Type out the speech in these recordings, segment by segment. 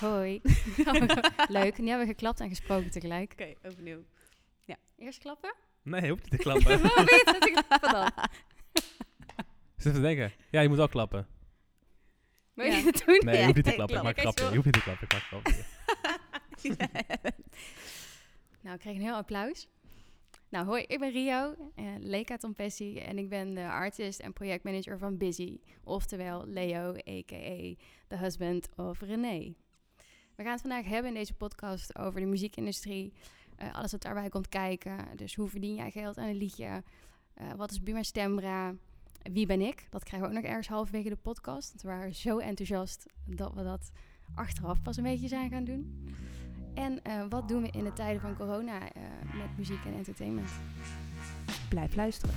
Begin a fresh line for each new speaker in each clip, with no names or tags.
Hoi. Leuk. Nu hebben we geklapt en gesproken tegelijk.
Oké, opnieuw.
Eerst klappen?
Nee, je hoeft niet te klappen.
Oh, niet. Dat ik- Wat dan?
Zit even te denken. Ja, je moet ook klappen.
Wil je
Ja.
het doen?
Nee, je
Ja,
hoeft niet te
nee,
klappen. Ik
klap.
maak
Kijk eens
grapje. Je hoeft niet te klappen. Ik maak grapje.
Nou, ik kreeg een heel applaus. Nou, hoi, ik ben Rio, eh, Leka Tompessi en ik ben de artist en projectmanager van Busy. Oftewel Leo, a.k.a. The Husband of René. We gaan het vandaag hebben in deze podcast over de muziekindustrie. eh, alles wat daarbij komt kijken. Dus hoe verdien jij geld aan een liedje? Eh, wat is Buma Stembra? Wie ben ik? Dat krijgen we ook nog ergens halverwege de podcast. Want we waren zo enthousiast dat we dat achteraf pas een beetje zijn gaan doen. En eh, wat doen we in de tijden van corona eh, met muziek en entertainment?
Blijf luisteren.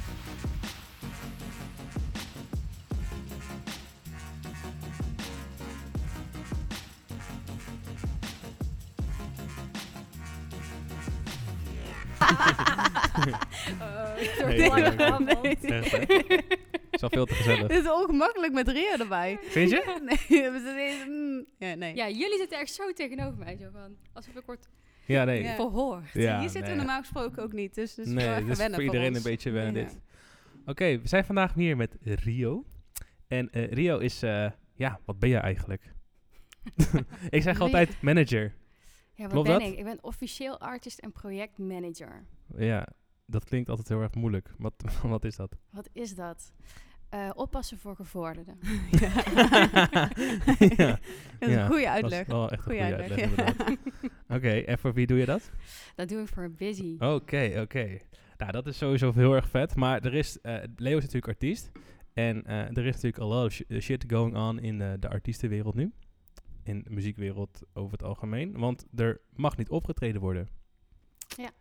Oh, Nee,
lang
nee, nee.
gebabbeld.
Echt, hè? Het is al veel te gezellig.
Dit is ongemakkelijk met Ria erbij.
Vind je?
Nee, we zitten eens- mm. ja, nee.
Ja, jullie zitten echt zo tegenover mij, zo van, alsof ik word
Ja, nee.
Ja.
verhoord.
Ja,
Hier zitten
nee.
we normaal gesproken ook niet, dus, dus
nee,
wel even
dit is
wennen
voor iedereen
ons.
een beetje wennen
Ja.
dit. Oké, we zijn vandaag hier met Rio. En eh, Rio is, eh, ja, wat ben je eigenlijk? ik zeg altijd manager.
Ja, wat
Klopt
ben
dat?
ik? Ik ben officieel artist en projectmanager.
Ja, dat klinkt altijd heel erg moeilijk. Wat, wat is dat?
Wat is dat? Eh, oppassen voor gevorderden.
Ja.
Ja,
Dat is
ja,
een goede
Dat is
uitleg.
wel echt een
Goeie
goede
uitleg,
uitleg,
ja.
inderdaad. Oké, en voor wie doe je dat?
Dat doe ik voor Busy.
Oké, oké. Nou, dat is sowieso heel erg vet. Maar er is, eh, Leo is natuurlijk artiest. En eh, er is natuurlijk a lot of sh- eh, shit going on in eh, de artiestenwereld nu. In de muziekwereld over het algemeen. Want er mag niet opgetreden worden.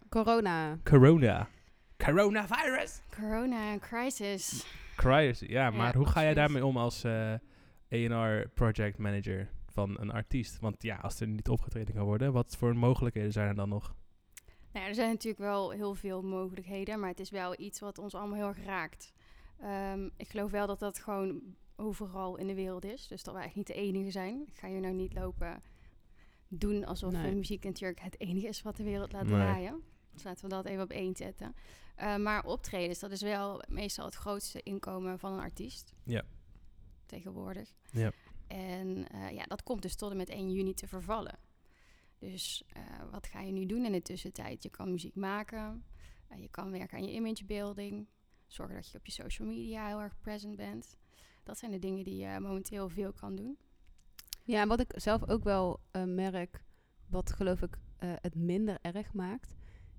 Corona.
Corona. Coronavirus.
Corona, crisis.
Crisis. Ja, maar hoe ga jij
absoluut.
daarmee om als eh A&R project manager van een artiest? Want ja, als er niet opgetreden kan worden, wat voor mogelijkheden zijn er dan nog?
Nou, ja, er zijn natuurlijk wel heel veel mogelijkheden, maar het is wel iets wat ons allemaal heel erg raakt. Ehm, ik geloof wel dat dat gewoon overal in de wereld is, dus dat wij echt niet de enige zijn. Ik ga hier nou niet lopen doen alsof
Nee.
eh, muziek en Turk het enige is wat de wereld laat
Nee.
draaien. Dus laten we dat even op één zetten. Eh, maar optredens, dat is wel meestal het grootste inkomen van een artiest.
Ja.
Tegenwoordig.
Ja.
En eh, ja, dat komt dus tot en met 1 juni te vervallen. Dus eh, wat ga je nu doen in de tussentijd? Je kan muziek maken, eh, je kan werken aan je imagebuilding, zorgen dat je op je social media heel erg present bent. Dat zijn de dingen die je momenteel veel kan doen.
Ja, en wat ik zelf ook wel eh, merk, wat geloof ik eh, het minder erg maakt,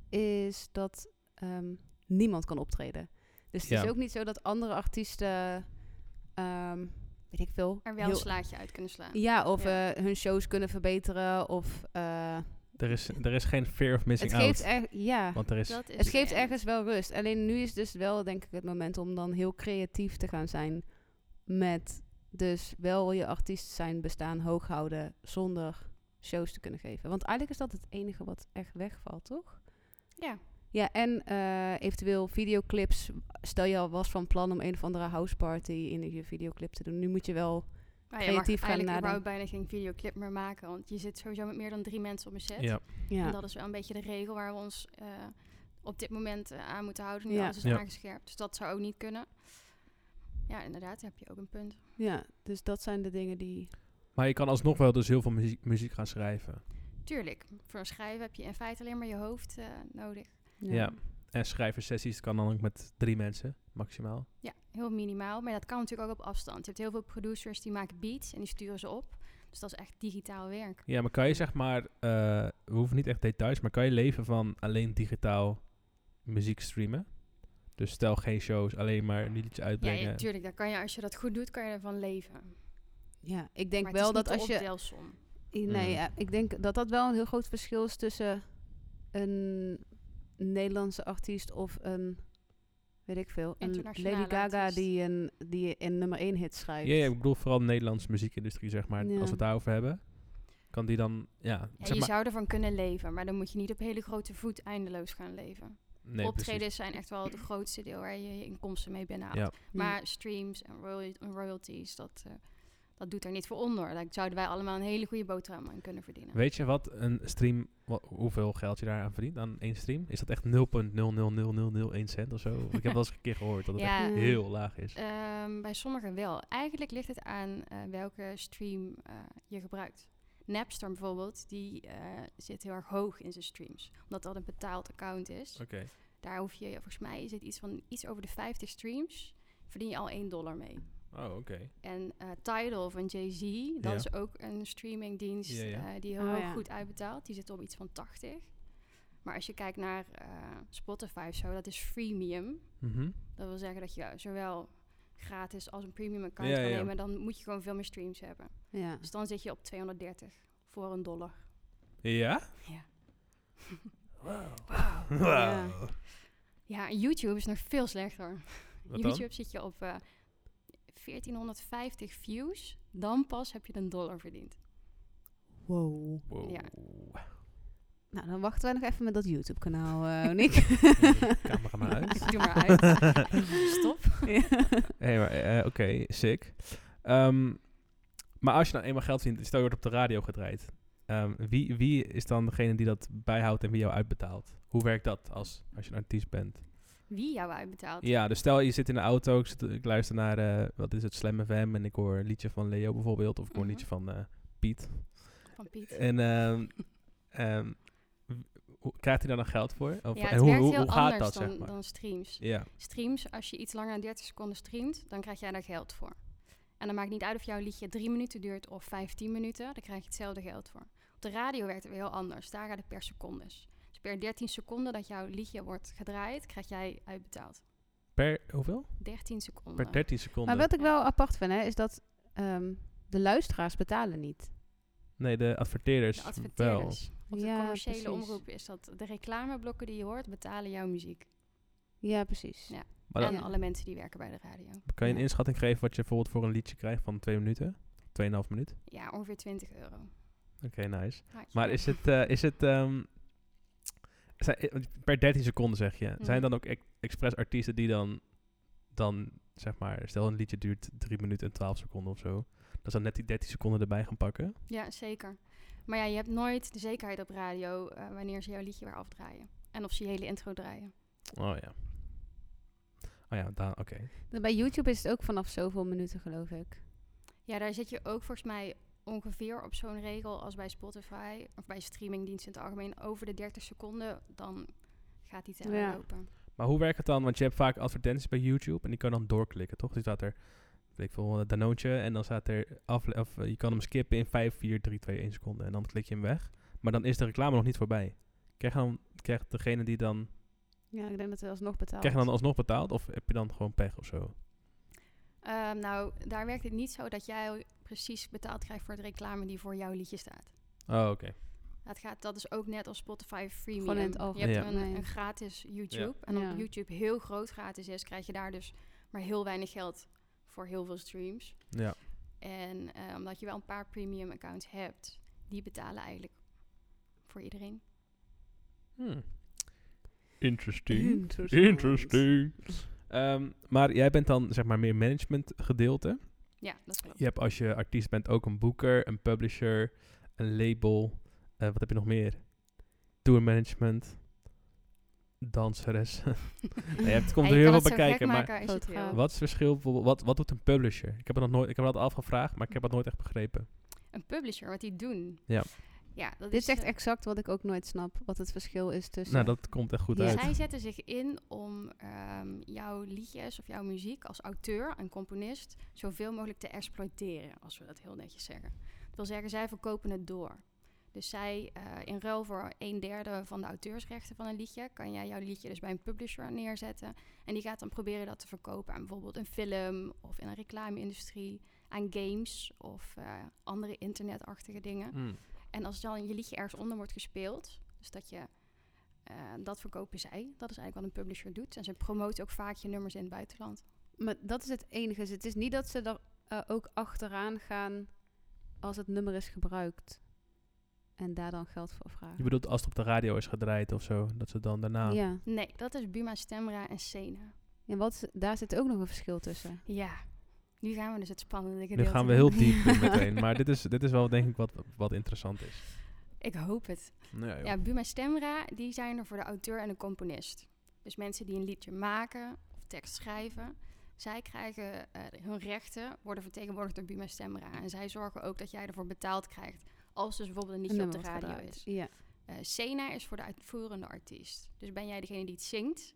is dat ehm, niemand kan optreden. Dus het
Ja.
is ook niet zo dat andere artiesten, ehm, weet ik veel,
Er wel
heel-
een slaatje uit kunnen slaan.
ja, of
Ja.
eh, hun shows kunnen verbeteren. Of, eh,
Er is, er is geen fear of missing
het geeft,
out.
er, ja,
Want er is...
Dat is
het geeft
en-
ergens wel rust. Alleen nu is dus wel, denk ik, het moment om dan heel creatief te gaan zijn. Met dus wel je artiest zijn bestaan hoog houden zonder shows te kunnen geven. Want eigenlijk is dat het enige wat echt wegvalt, toch?
Ja,
Ja, en eh, eventueel videoclips. Stel je al was van plan om een of andere houseparty in je videoclip te doen. Nu moet je wel
maar Nou, je mag
Creatief gaan
eigenlijk
nadenken.
überhaupt bijna geen videoclip meer maken, want je zit sowieso met meer dan drie mensen op een set.
ja.
ja,
En dat is wel een beetje de regel waar we ons eh, op dit moment eh, aan moeten houden. Nu
Ja.
alles is
Ja.
aangescherpt, dus dat zou ook niet kunnen. Ja, inderdaad, daar heb je ook een punt.
ja, dus dat zijn de dingen die
Maar je kan alsnog wel dus heel veel muziek, muziek gaan schrijven.
Tuurlijk, voor schrijven heb je in feite alleen maar je hoofd eh, nodig.
Ja. En schrijversessies kan dan ook met drie mensen, maximaal.
Ja, heel minimaal, maar dat kan natuurlijk ook op afstand. Je hebt heel veel producers die maken beats en die sturen ze op. Dus dat is echt digitaal werk.
Ja, maar kan je zeg maar... eh, we hoeven niet echt details, maar kan je leven van alleen digitaal muziek streamen? Dus stel geen shows, alleen maar een liedje
Ja,
uitbrengen.
ja, tuurlijk, daar kan je, als je dat goed doet, kan je ervan leven.
Ja, ik denk
maar
wel
het is
dat
niet
als
de
je
optelsom.
I-
Mm.
Nee, ja, ik denk dat dat wel een heel groot verschil is tussen een Nederlandse artiest of een, weet ik veel, een
Internationale
Lady Gaga
artiest.
die een, die een nummer 1 hit schrijft.
Ja, ja, ik bedoel vooral de Nederlandse muziekindustrie, zeg maar.
Ja.
Als we het daarover hebben, kan die dan... Ja,
Ja,
zeg
je
maar...
zou ervan kunnen leven, maar dan moet je niet op hele grote voet eindeloos gaan leven.
Nee,
Optredens
precies.
zijn echt wel het grootste
Mm.
deel waar je je inkomsten mee binnenhaalt.
Ja.
Maar streams en royal- en royalties, dat, eh, dat doet er niet voor onder. Daar zouden wij allemaal een hele goede boterham aan kunnen verdienen.
Weet je wat een stream, wa- hoeveel geld je daar aan verdient aan één stream? Is dat echt 0,000001 cent of zo? Ik heb wel eens een keer gehoord dat het
Ja.
echt heel laag is.
Ehm, bij sommigen wel. Eigenlijk ligt het aan eh, welke stream eh, je gebruikt. Napster bijvoorbeeld, die eh, zit heel erg hoog in zijn streams. Omdat dat een betaald account is.
Oké.
Daar hoef je, volgens mij is het iets van iets over de 50 streams, verdien je al 1 dollar mee.
Oh, oké.
En eh, Tidal van Jay-Z, dat
Ja.
is ook een streamingdienst
Ja, ja.
eh, die
Oh,
heel
ja.
goed uitbetaalt. Die zit op iets van 80. Maar als je kijkt naar eh, Spotify of zo, dat is freemium.
Mhm.
Dat wil zeggen dat je zowel gratis als een premium account
Ja,
kan
ja, ja.
nemen. Dan moet je gewoon veel meer streams hebben.
Ja.
Dus dan zit je op 230 voor een dollar.
Ja?
Ja.
Wow.
Wow.
Ja.
Wow.
Ja, en YouTube is nog veel slechter.
Wat dan?
YouTube zit je op eh, 1450 views. Dan pas heb je een dollar verdiend.
Wow.
Wow.
Ja.
Nou, dan wachten wij nog even met dat YouTube-kanaal, eh Nick.
Camera maar uit.
Doe maar uit. Stop.
Hey, maar, eh, oké, sick. Ehm, maar als je nou eenmaal geld verdient, stel je wordt op de radio gedraaid. ehm, wie, wie is dan degene die dat bijhoudt en wie jou uitbetaalt? Hoe werkt dat als, als je een artiest bent?
Wie jou uitbetaalt?
Ja, dus stel je zit in de auto, ik, zit- ik luister naar, eh, wat is het, Slam FM en ik hoor een liedje van Leo bijvoorbeeld, of ik hoor een
Mhm.
liedje van eh, Piet.
Van Piet.
En ehm, ehm, hoe- krijgt hij daar dan geld voor? Of,
ja, het
eh, en hoe,
werkt
hoe,
heel
hoe
anders
gaat dat,
dan,
zeg maar?
dan streams.
ja,
Streams, als je iets langer dan 30 seconden streamt, dan krijg jij daar geld voor. En dan maakt niet uit of jouw liedje 3 minuten duurt of 15 minuten, daar krijg je hetzelfde geld voor. Op de radio werkt het weer heel anders, daar gaat het per secondes. Dus per 13 seconden dat jouw liedje wordt gedraaid, krijg jij uitbetaald.
per hoeveel?
13 seconden.
Per 13 seconden.
Maar wat ik wel apart vind, hè, is dat ehm, de luisteraars betalen niet.
Nee, de adverteerders,
de
wel.
adverteerders. Op de
Ja,
commerciële
precies.
omroep is dat de reclameblokken die je hoort, betalen jouw muziek.
Ja, precies.
Ja.
Maar
en
dan
Ja.
alle mensen die werken bij de radio.
kan je een
Ja.
inschatting geven wat je bijvoorbeeld voor een liedje krijgt van twee minuten? Tweeënhalf minuut?
Ja, ongeveer 20 euro.
Oké, nice.
Haakje
Maar
na.
is het, eh, is het ehm, zijn, eh, want per 13 seconden zeg je, zijn
Mhm.
dan ook ex- expres artiesten die dan, dan, zeg maar, stel een liedje duurt 3 minuten en 12 seconden of zo, dat ze dan net die 13 seconden erbij gaan pakken?
Ja, zeker. Maar ja, je hebt nooit de zekerheid op radio eh, wanneer ze jouw liedje weer afdraaien. En of ze je hele intro draaien.
Oh ja. Oh ja, daar, oké.
Dan Bij YouTube is het ook vanaf zoveel minuten, geloof ik.
Ja, daar zit je ook volgens mij ongeveer op zo'n regel als bij Spotify of bij streamingdiensten in het algemeen. Over de 30 seconden, dan gaat iets aan
Ja.
lopen.
Maar hoe werkt het dan? Want je hebt vaak advertenties bij YouTube en die kan dan doorklikken, toch? Dus staat er, weet ik veel, een danoontje en dan staat er, afle- of eh, je kan hem skippen in 5, 4, 3, 2, 1 seconde en dan klik je hem weg. Maar dan is de reclame nog niet voorbij. Krijg je dan, krijgt degene die dan,
Ja, ik denk dat we alsnog betalen.
krijg je dan alsnog betaald of heb je dan gewoon pech of zo?
Ehm, nou, daar werkt het niet zo dat jij precies betaald krijgt voor de reclame die voor jouw liedje staat.
Oh, oké.
Dat, gaat, dat is ook net als Spotify freemium.
Gewoon in het
je hebt
algemeen.
een,
Ja.
een gratis YouTube. En
Ja.
omdat YouTube heel groot gratis is, krijg je daar dus maar heel weinig geld voor heel veel streams.
Ja.
En eh, omdat je wel een paar premium accounts hebt, die betalen eigenlijk voor iedereen.
Hmm. Interesting. Ehm, maar jij bent dan zeg maar meer management gedeelte.
Ja, dat klopt.
Je hebt als je artiest bent ook een boeker, een publisher, een label. Eh, wat heb je nog meer? Tour management, danseres. nee, het komt
Ja,
er
je kan
heel
het
veel bij
zo gek
kijken. Maar
maken als je het wil.
Fotograaf.
wat is het verschil? bijvoorbeeld- Wat, wat doet een publisher? Ik heb het nog nooit, ik heb me dat afgevraagd, maar ik heb dat nooit echt begrepen.
Een publisher, wat die doen.
Ja.
ja dat
Dit
is
is echt
eh,
exact wat ik ook nooit snap. Wat het verschil is
Dus,
tussen...
Nou, dat komt echt goed
Ja.
uit.
Zij zetten Dus zich in om ehm, jouw liedjes of jouw muziek als auteur en componist zoveel mogelijk te exploiteren, als we dat heel netjes zeggen. Dat wil zeggen, zij verkopen het door. Dus zij, eh, in ruil voor een derde van de auteursrechten van een liedje, kan jij jouw liedje dus bij een publisher neerzetten. En die gaat dan proberen dat te verkopen aan bijvoorbeeld een film of in een reclame-industrie, aan games of eh, andere internetachtige dingen.
Mm.
En als dan je liedje ergens onder wordt gespeeld, dus dat je eh, dat verkopen zij, dat is eigenlijk wat een publisher doet. En ze promoten ook vaak je nummers in het buitenland.
Maar dat is het enige. Dus Het is niet dat ze er eh, ook achteraan gaan als het nummer is gebruikt. En daar dan geld voor
Je
vragen.
bedoelt als het op de radio is gedraaid of zo, dat ze dan daarna.
Ja.
Nee, dat is Buma Stemra en Sena.
En wat, daar zit ook nog een verschil tussen.
Ja. Nu gaan we dus het spannende gedeelte.
Nu gaan we heel
doen.
diep in meteen. Maar dit is, dit is wel denk ik wat, wat interessant is.
Ik hoop het.
Nou,
Ja, Buma Stemra, die zijn er voor de auteur en de componist. Dus mensen die een liedje maken of tekst schrijven, zij krijgen eh, hun rechten, worden vertegenwoordigd door Buma Stemra. En zij zorgen ook dat jij ervoor betaald krijgt als dus bijvoorbeeld een liedje op de
nummer wat
radio
gedraaid.
is.
Ja.
Eh, Sena is voor de uitvoerende artiest. Dus ben jij degene die het zingt,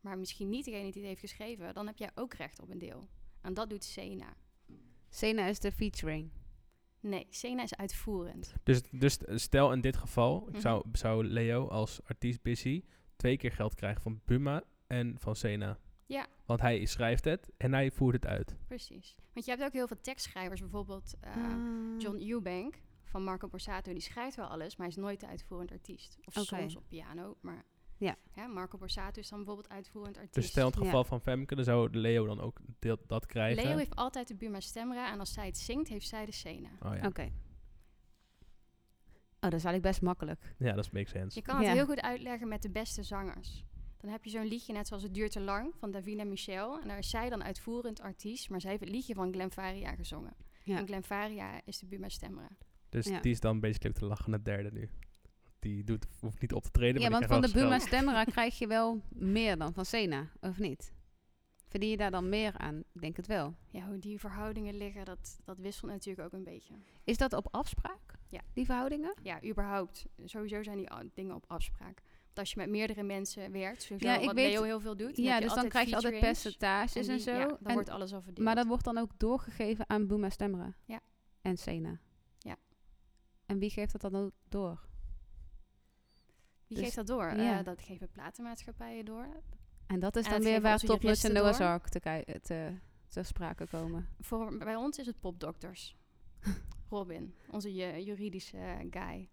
maar misschien niet degene die het heeft geschreven, dan heb jij ook recht op een deel. En dat doet Sena.
Sena is de featuring.
Nee, Sena is uitvoerend.
Dus, dus stel in dit geval, ik
Mhm.
zou, zou Leo als artiest Busy twee keer geld krijgen van Buma en van Sena.
Ja.
Want hij schrijft het en hij voert het uit. Dus
Precies. Want je hebt ook heel veel tekstschrijvers, bijvoorbeeld eh,
Ah.
John Eubank van Marco Borsato. Die schrijft wel alles, maar hij is nooit de uitvoerend artiest. Of
Oké.
soms op piano, maar
Ja.
hè, Marco Borsato is dan bijvoorbeeld uitvoerend artiest.
Dus stel in het
Ja.
geval van Femke, dan zou Leo dan ook deel- dat krijgen.
Leo heeft altijd de Buma Stemra en als zij het zingt, heeft zij de Sena.
oh, ja.
Oké. Oh, dat is eigenlijk best makkelijk.
ja, dat makes sense.
Dus Je kan het
Ja.
heel goed uitleggen met de beste zangers. Dan heb je zo'n liedje, net zoals Het duurt te lang, van Davina Michel. En daar is zij dan uitvoerend artiest, maar zij heeft het liedje van Glenfaria gezongen.
Ja.
En Glenfaria is de Buma Stemra.
Dus
Ja.
die is dan basically op de lachende derde nu. Die doet, hoeft niet op te treden,
Ja,
maar
want
die
van de
krijgt wel
Buma
geld.
Stemra krijg je wel meer dan van Sena, of niet? Verdien je daar dan meer aan? Ik denk het wel.
Ja, hoe die verhoudingen liggen, dat, dat wisselt natuurlijk ook een beetje.
Is dat op afspraak?
Ja.
Die verhoudingen?
Ja, überhaupt. Sowieso zijn die a- dingen op afspraak. Want als je met meerdere mensen werkt, sowieso
Ja,
wat
ik weet-
Leo heel veel doet.
ja, dus dan krijg je altijd
percentages
percentages en, zo.
Ja, dan
En-
wordt alles al verdeeld.
maar dat wordt dan ook doorgegeven aan Buma Stemra.
Ja.
En Sena.
Ja.
En wie geeft dat dan ook door?
Wie
dus-
geeft dat door?
ja.
Eh, dat geven platenmaatschappijen door.
En dat is
En
dan
dat
weer
geven
waar
onze
Topnuts
juristen
en Noah's
door.
Ark te, kei- te, te sprake komen.
Voor, bij ons is het popdokters. Robin, onze ju- juridische eh, guy.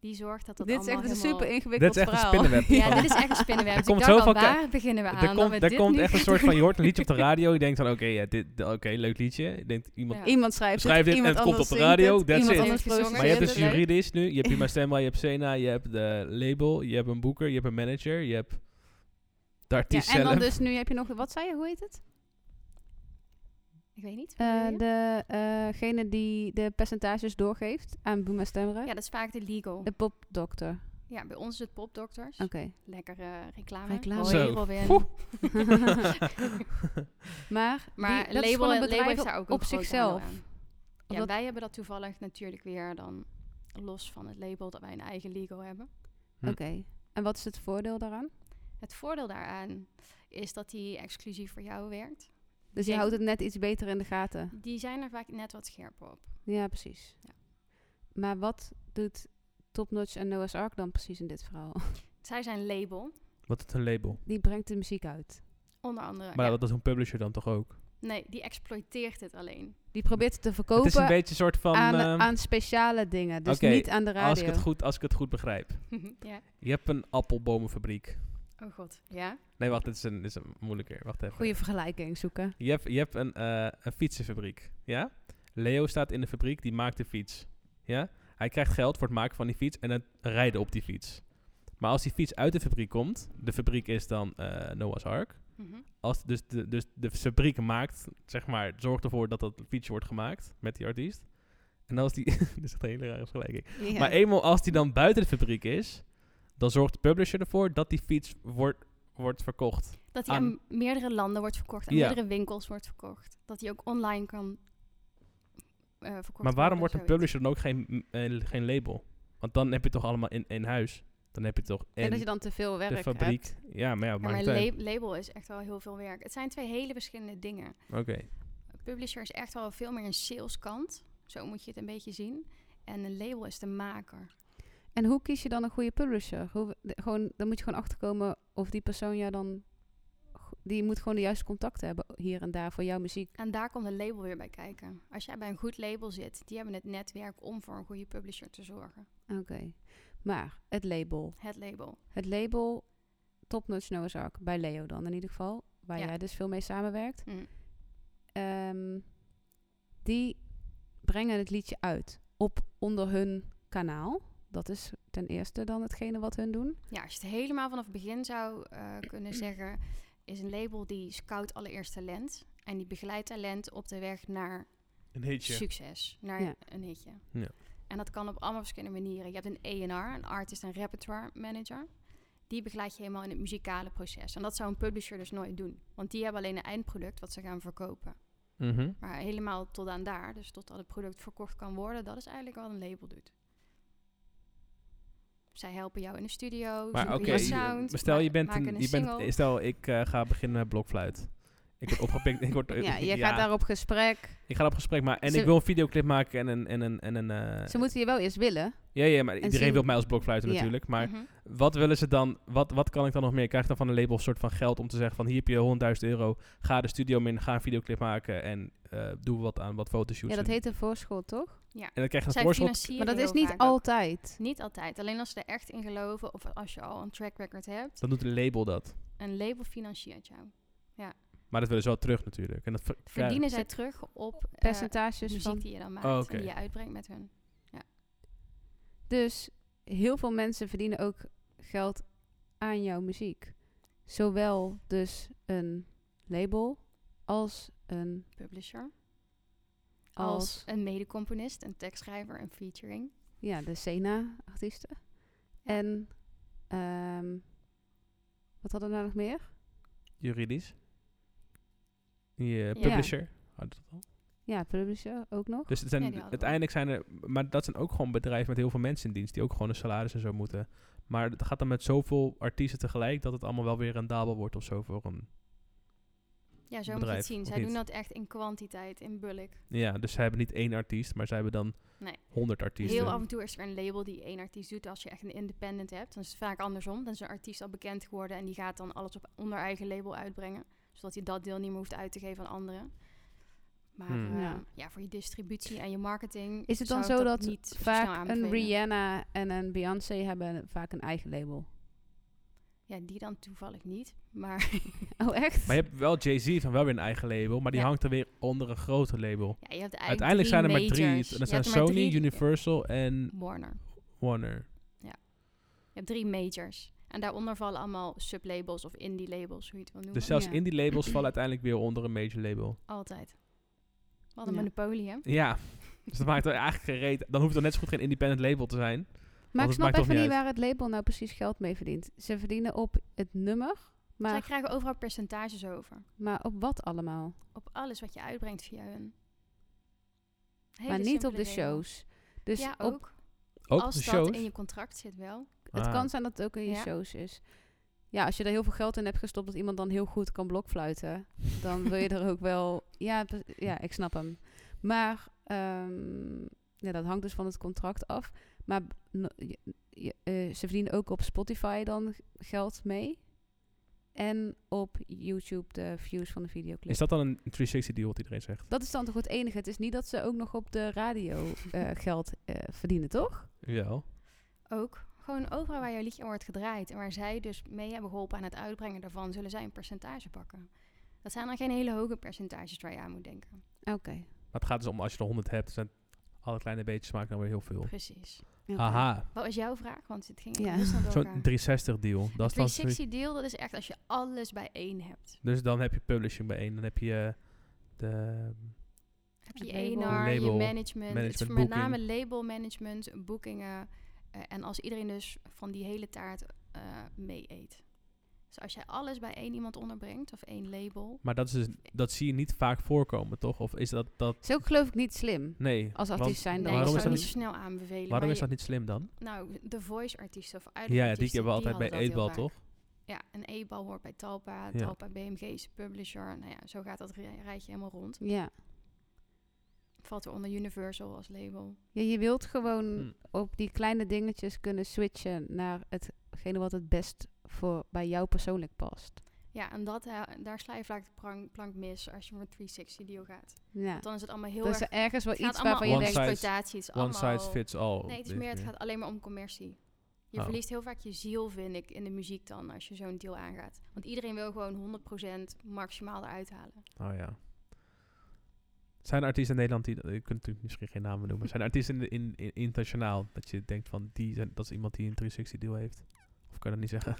Die zorgt dat dat
Dit is
allemaal
echt een
helemaal...
super ingewikkeld
Dit is echt een
verhaal.
spinnenweb.
Ja, dit is echt een spinnenweb.
Er
Dus
komt
ik dacht
zoveel
al,
ka-
waar beginnen we aan?
Er
dat
komt,
we
er
dit
komt
nu
echt een
gaan
soort van,
doen?
je hoort een liedje op de radio. Je denkt dan, oké, ja, dit, oké, leuk liedje. Je denkt, iemand
Ja.
Iemand schrijft
Schrijf dit
het,
en
iemand
het komt
anders
op de radio,
zingt het,
that's
iemand
it.
anders
Maar je hebt
Maar je
produceert
hebt dus
Leuk.
juridisch nu, je hebt Buma Stemra, je hebt Sena, je hebt de label, je hebt een boeker, je hebt een manager, je hebt de
Ja,
artiest
en dan
zelf.
dus nu heb je nog, wat zei je, hoe heet het?
Ik weet niet. wat
Eh,
bedoel je?
de, eh, Degene die de percentages doorgeeft aan Boema Stemra.
ja, dat is vaak de legal.
De popdokter.
Ja, bij ons is het popdokters.
Oké.
Lekkere reclame.
Reclame.
Hoi,
Zo.
Robin.
Poeh.
maar
Maar
die- dat
label,
is gewoon een
label
bedrijf
heeft
op,
daar ook
op
een groot
zichzelf.
aandeel aan. Ja,
Omdat-
wij hebben dat toevallig natuurlijk weer dan los van het label dat wij een eigen legal hebben.
Hm.
Oké. En wat is het voordeel daaraan?
Het voordeel daaraan is dat die exclusief voor jou werkt.
Dus je
Denk-
houdt het net iets beter in de gaten.
Die zijn er vaak net wat scherper op.
Ja, precies.
Ja.
Maar wat doet Topnotch en Noah's Ark dan precies in dit verhaal?
Zij zijn label,
Wat is een label?
Die brengt de muziek uit.
onder andere.
Maar
ja,
dat is een publisher dan toch ook?
Nee, die exploiteert het alleen.
Die probeert het te
Het is een
verkopen
beetje een soort van,
aan,
ehm,
aan speciale dingen. Dus
oké,
niet aan de radio.
als, ik het goed, als ik het goed begrijp.
ja.
Je hebt een appelbomenfabriek.
Oh god. Ja.
Nee, wacht, dit is een, dit is een moeilijker. Wacht even.
Goede vergelijking zoeken.
Je hebt, je hebt een, eh, een fietsenfabriek, ja? Leo staat in de fabriek, die maakt de fiets, ja? Hij krijgt geld voor het maken van die fiets en het rijden op die fiets. Maar als die fiets uit de fabriek komt, de fabriek is dan eh, Noah's Ark.
Mhm.
Als dus, de, dus de fabriek maakt, zeg maar, zorgt ervoor dat dat fietsje wordt gemaakt met die artiest. En als die, dit is echt een hele rare vergelijking.
Ja.
Maar e- eenmaal als die dan buiten de fabriek is, dan zorgt de publisher ervoor dat die fiets wordt, wordt verkocht.
Dat die aan,
Aan-
meerdere landen wordt verkocht, aan
Ja.
meerdere winkels wordt verkocht. Dat die ook online kan eh, verkocht
Maar waarom wordt
worden,
een
zoiets.
publisher dan ook geen, m- eh, geen label? Want dan heb je toch allemaal in één huis. Dan heb je toch
en,
en
dat je dan te veel werk
de fabriek.
hebt.
Ja, maar ja,
Ja,
maar
maar
Oké.
lab- label is echt wel heel veel werk. Het zijn twee hele verschillende dingen. Een Publisher is echt wel veel meer een saleskant. Zo moet je het een beetje zien. En een label is de maker.
En hoe kies je dan een goede publisher? Hoe, de- gewoon, dan moet je gewoon achterkomen of die persoon jou dan... go- Die moet gewoon de juiste contacten hebben hier en daar voor jouw muziek.
En daar komt een label weer bij kijken. Als jij bij een goed label zit, die hebben het netwerk om voor een goede publisher te zorgen.
Oké. Maar het label.
Het label.
Het label Topnotch Noah's Ark, bij Leo dan in ieder geval, waar
Ja.
jij dus veel mee samenwerkt.
Mm.
Ehm, die brengen het liedje uit op onder hun kanaal. Dat is ten eerste dan hetgene wat hun doen.
Ja, als je het helemaal vanaf het begin zou eh, kunnen zeggen, is een label die scout allereerst talent. En die begeleidt talent op de weg naar
Een hitje.
succes, naar
Ja.
een hitje.
Ja.
En dat kan op allemaal verschillende manieren. Je hebt een A&R, een artist en repertoire manager. Die begeleid je helemaal in het muzikale proces. En dat zou een publisher dus nooit doen. Want die hebben alleen een eindproduct wat ze gaan verkopen.
Mhm.
Maar helemaal tot aan daar, dus totdat het product verkocht kan worden, dat is eigenlijk wat een label doet. Zij helpen jou in de studio,
Maar
zoeken
oké,
je
je-
sound,
maar stel je
ma-
bent,
maken
een, je bent stel ik eh, ga beginnen met blokfluit. Ik word opgepikt. ik word,
Ja, je
ja,
gaat daar op gesprek.
Ik ga op gesprek, maar en
Ze-
ik wil een videoclip maken en een en een en een. eh,
Ze moeten je wel eerst willen.
ja, ja, maar iedereen
zien-
wil mij als blokfluiter
Ja.
natuurlijk. Maar
Mhm.
wat willen ze dan? Wat, wat kan ik dan nog meer? Krijg ik dan van een label een soort van geld om te zeggen van hier heb je 100.000 euro, ga de studio in, ga een videoclip maken en eh, doe wat aan wat fotoshoots.
Ja, dat
en-
heet een voorschot, toch?
En dan krijg je
Zij
een voorschot.
financieren
Maar dat is
heel
niet
vaak ook.
altijd.
Niet altijd. Alleen als ze er echt in geloven of als je al een track record hebt,
Dan doet de label dat.
een label financiert jou.
Maar dat willen ze wel terug natuurlijk. En dat ver-
Verdienen
krijgen-
zij terug op eh,
Percentages
muziek
van.
die je dan maakt
Oh, oké.
en die je uitbrengt met hun.
Dus heel veel mensen verdienen ook geld aan jouw muziek. Zowel dus een label als een
Publisher. Als,
als
een medecomponist, een tekstschrijver, een featuring.
ja, de Sena-artiesten. En ehm, wat hadden we nou nog meer?
juridisch. Die eh, publisher. Had dat al.
Ja, publisher ook nog.
Dus het zijn,
Ja, die hadden we.
uiteindelijk zijn er, maar dat zijn ook gewoon bedrijven met heel veel mensen in dienst, die ook gewoon een salaris en zo moeten. Maar het gaat dan met zoveel artiesten tegelijk dat het allemaal wel weer rendabel wordt of zo voor een.
Ja, zo moet je
Bedrijf,
het zien.
of
Zij
niet?
doen dat echt in kwantiteit, in bulk.
Ja, dus ze hebben niet één artiest, maar ze hebben dan
Nee.
honderd artiesten.
Heel af en toe is er een label die één artiest doet. Als je echt een independent hebt, dan is het vaak andersom. Dan is een artiest al bekend geworden en die gaat dan alles op onder eigen label uitbrengen. Zodat hij dat deel niet meer hoeft uit te geven aan anderen. Maar
Hmm.
eh,
Ja.
ja. voor je distributie en je marketing.
Is het dan
zou ik
zo dat
niet zo snel
vaak een
aanbevelen.
Rihanna en een Beyoncé hebben vaak een eigen label?
Ja, die dan toevallig niet. Maar
Oh, echt?
Maar je hebt wel Jay-Z van wel weer een eigen label, maar die
Ja.
hangt er weer onder een groter label.
ja, je hebt eigenlijk drie
Uiteindelijk zijn er maar
majors.
drie.
Je
En
hebt
dat zijn
er maar
Sony,
drie-
Universal en
Warner.
Warner.
Je hebt drie majors. En daaronder vallen allemaal sublabels of indie labels, hoe je het wil noemen.
Dus zelfs
Ja.
in die labels vallen uiteindelijk weer onder een major label.
Altijd. Wat een
Ja.
monopolie, hè?
Ja, dus dat maakt er eigenlijk geen reet. Dan hoeft het net zo goed geen independent label te zijn.
Maar ik
het
snap
maakt toch
even niet
niet uit.
waar het label nou precies geld mee verdient. Ze verdienen op het nummer,
Zij
maar,
krijgen overal percentages over.
maar op wat allemaal?
Op alles wat je uitbrengt via hun. Hele
maar niet op
simpele
de
regel.
shows. Dus
ja,
op,
ook.
Ook
als
de
dat
shows.
in je contract zit wel.
het
Ah.
kan zijn dat het ook in je
Ja.
shows is. Ja, als je er heel veel geld in hebt gestopt dat iemand dan heel goed kan blokfluiten, dan wil je er ook wel... Ja, pre- ja ik snap hem. Maar ehm, ja, dat hangt dus van het contract af. Maar b- no- je- je- eh, ze verdienen ook op Spotify dan g- geld mee. En op YouTube de views van de videoclip.
Is dat dan een 360 deal wat iedereen zegt?
Dat is dan toch het enige. Het is niet dat ze ook nog op de radio eh, geld eh, verdienen, toch?
Wel.
Ook. Gewoon overal waar jouw liedje wordt gedraaid. En waar zij dus mee hebben geholpen aan het uitbrengen daarvan, zullen zij een percentage pakken. Dat zijn dan geen hele hoge percentages waar je aan moet denken.
Oké.
Maar het gaat dus om als je er 100 hebt, zijn alle kleine beetjes maken dan weer heel veel.
Precies.
oké.
Aha,
Wat was jouw vraag? Want het ging
Ja.
heel snel door
zo'n
elkaar.
360 deal. Dat is dan zoiets-
360 deal, dat is echt als je alles bij één hebt.
dus dan heb je publishing bij één, dan heb je eh, de...
Heb je A&R,
Een label.
je
Label,
management, het is
management,
met name label management, boekingen. eh, en als iedereen dus van die hele taart eh, mee eet. Dus als jij alles bij één iemand onderbrengt, of één label.
Maar dat, is dus, dat zie je niet vaak voorkomen, toch? Of is dat... dat
Is ook geloof ik niet slim.
nee.
Als
want-
artiest zijn dan.
Nee,
waarom
ik
is
zou
dat
niet
niet-
zo snel aanbevelen.
Waarom
maar
is dat niet slim dan?
je- Nou, de voice artiesten of
Ja, ja,
uitvoerartiesten.
die hebben we altijd bij
hadden dat heel
Eetbal,
vaak.
toch?
Ja, een eetbal hoort bij Talpa,
Ja.
Talpa BMG is de publisher. Nou ja, zo gaat dat rij- rijtje helemaal rond.
Ja.
Valt er onder Universal als label.
ja. Je wilt gewoon
Hm.
op die kleine dingetjes kunnen switchen naar hetgene wat het best voor bij jou persoonlijk past.
Ja, en dat, eh, daar sla je vaak de prank- plank mis als je voor een 360 deal gaat.
Ja.
Dan is het allemaal heel
Dat is
erg...
er ergens wel
Het gaat
iets
allemaal
waarvan
om
je
One
denkt.
size-
exploitatie. Het is
One
allemaal-
size fits all.
Nee, het is
Dit-
meer, het
dit-
gaat alleen maar om commercie. Je
Oh.
verliest heel vaak je ziel, vind ik, in de muziek dan, als je zo'n deal aangaat. Want iedereen wil gewoon 100% maximaal eruit halen.
Oh ja. Zijn er artiesten in Nederland die... Ik kan natuurlijk misschien geen namen noemen. Zijn er artiesten in, in, in- internationaal dat je denkt van... Die zijn, dat is iemand die een 360 deal heeft? Of kan je dat niet zeggen?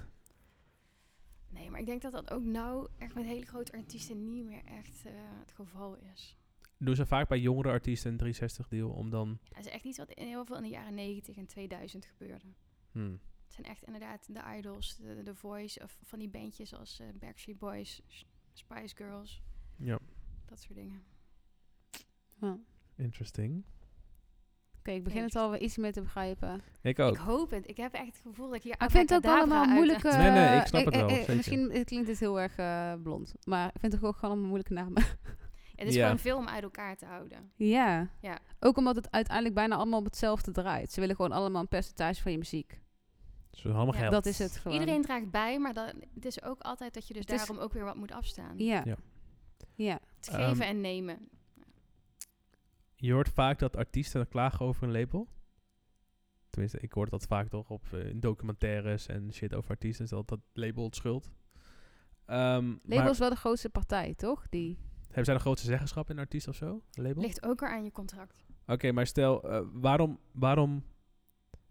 Nee, maar Maar ik denk dat dat ook nou echt met hele grote artiesten niet meer echt eh, het geval is.
Doen ze vaak bij jongere artiesten een 360 deal om dan...
Ja, Dat is echt iets wat in heel veel in de jaren 90 en 2000 gebeurde.
Hmm.
Het zijn echt inderdaad de idols, de, de voice of van die bandjes als eh, Backstreet Boys, S- Spice Girls,
Ja,
dat soort dingen.
Ja.
interesting.
Oké, ik begin het alweer iets meer te begrijpen.
Ik ook.
Ik hoop het. Ik heb echt het gevoel dat ik hier
Maar ik vind het ook
abracadabra
allemaal
uit-
moeilijke...
Nee, nee, ik snap het wel, zeker.
Misschien eh, klinkt dit heel erg eh, blond. Maar ik vind het ook gewoon allemaal moeilijke namen.
Het is
Ja.
gewoon veel om uit elkaar te houden.
ja.
Ja.
Ook omdat het uiteindelijk bijna allemaal op hetzelfde draait. Ze willen gewoon allemaal een percentage van je muziek.
Zo handig
Ja,
geld.
Dat is het gewoon.
Iedereen draagt bij, maar dan, het is ook altijd dat je dus
Het is-
daarom ook weer wat moet afstaan.
Ja.
Ja.
Ja.
Het geven
Ehm,
en nemen.
Je hoort vaak dat artiesten klagen over een label. Tenminste, ik hoor dat vaak toch op eh, in documentaires en shit over artiesten. Dat dat label het schuld. Ehm
Label
Maar
is wel de grootste partij, toch? Die...
hebben zij de grootste zeggenschap in een artiest of zo? Een Label?
Ligt ook weer aan je contract.
Oké, maar stel, eh, waarom, waarom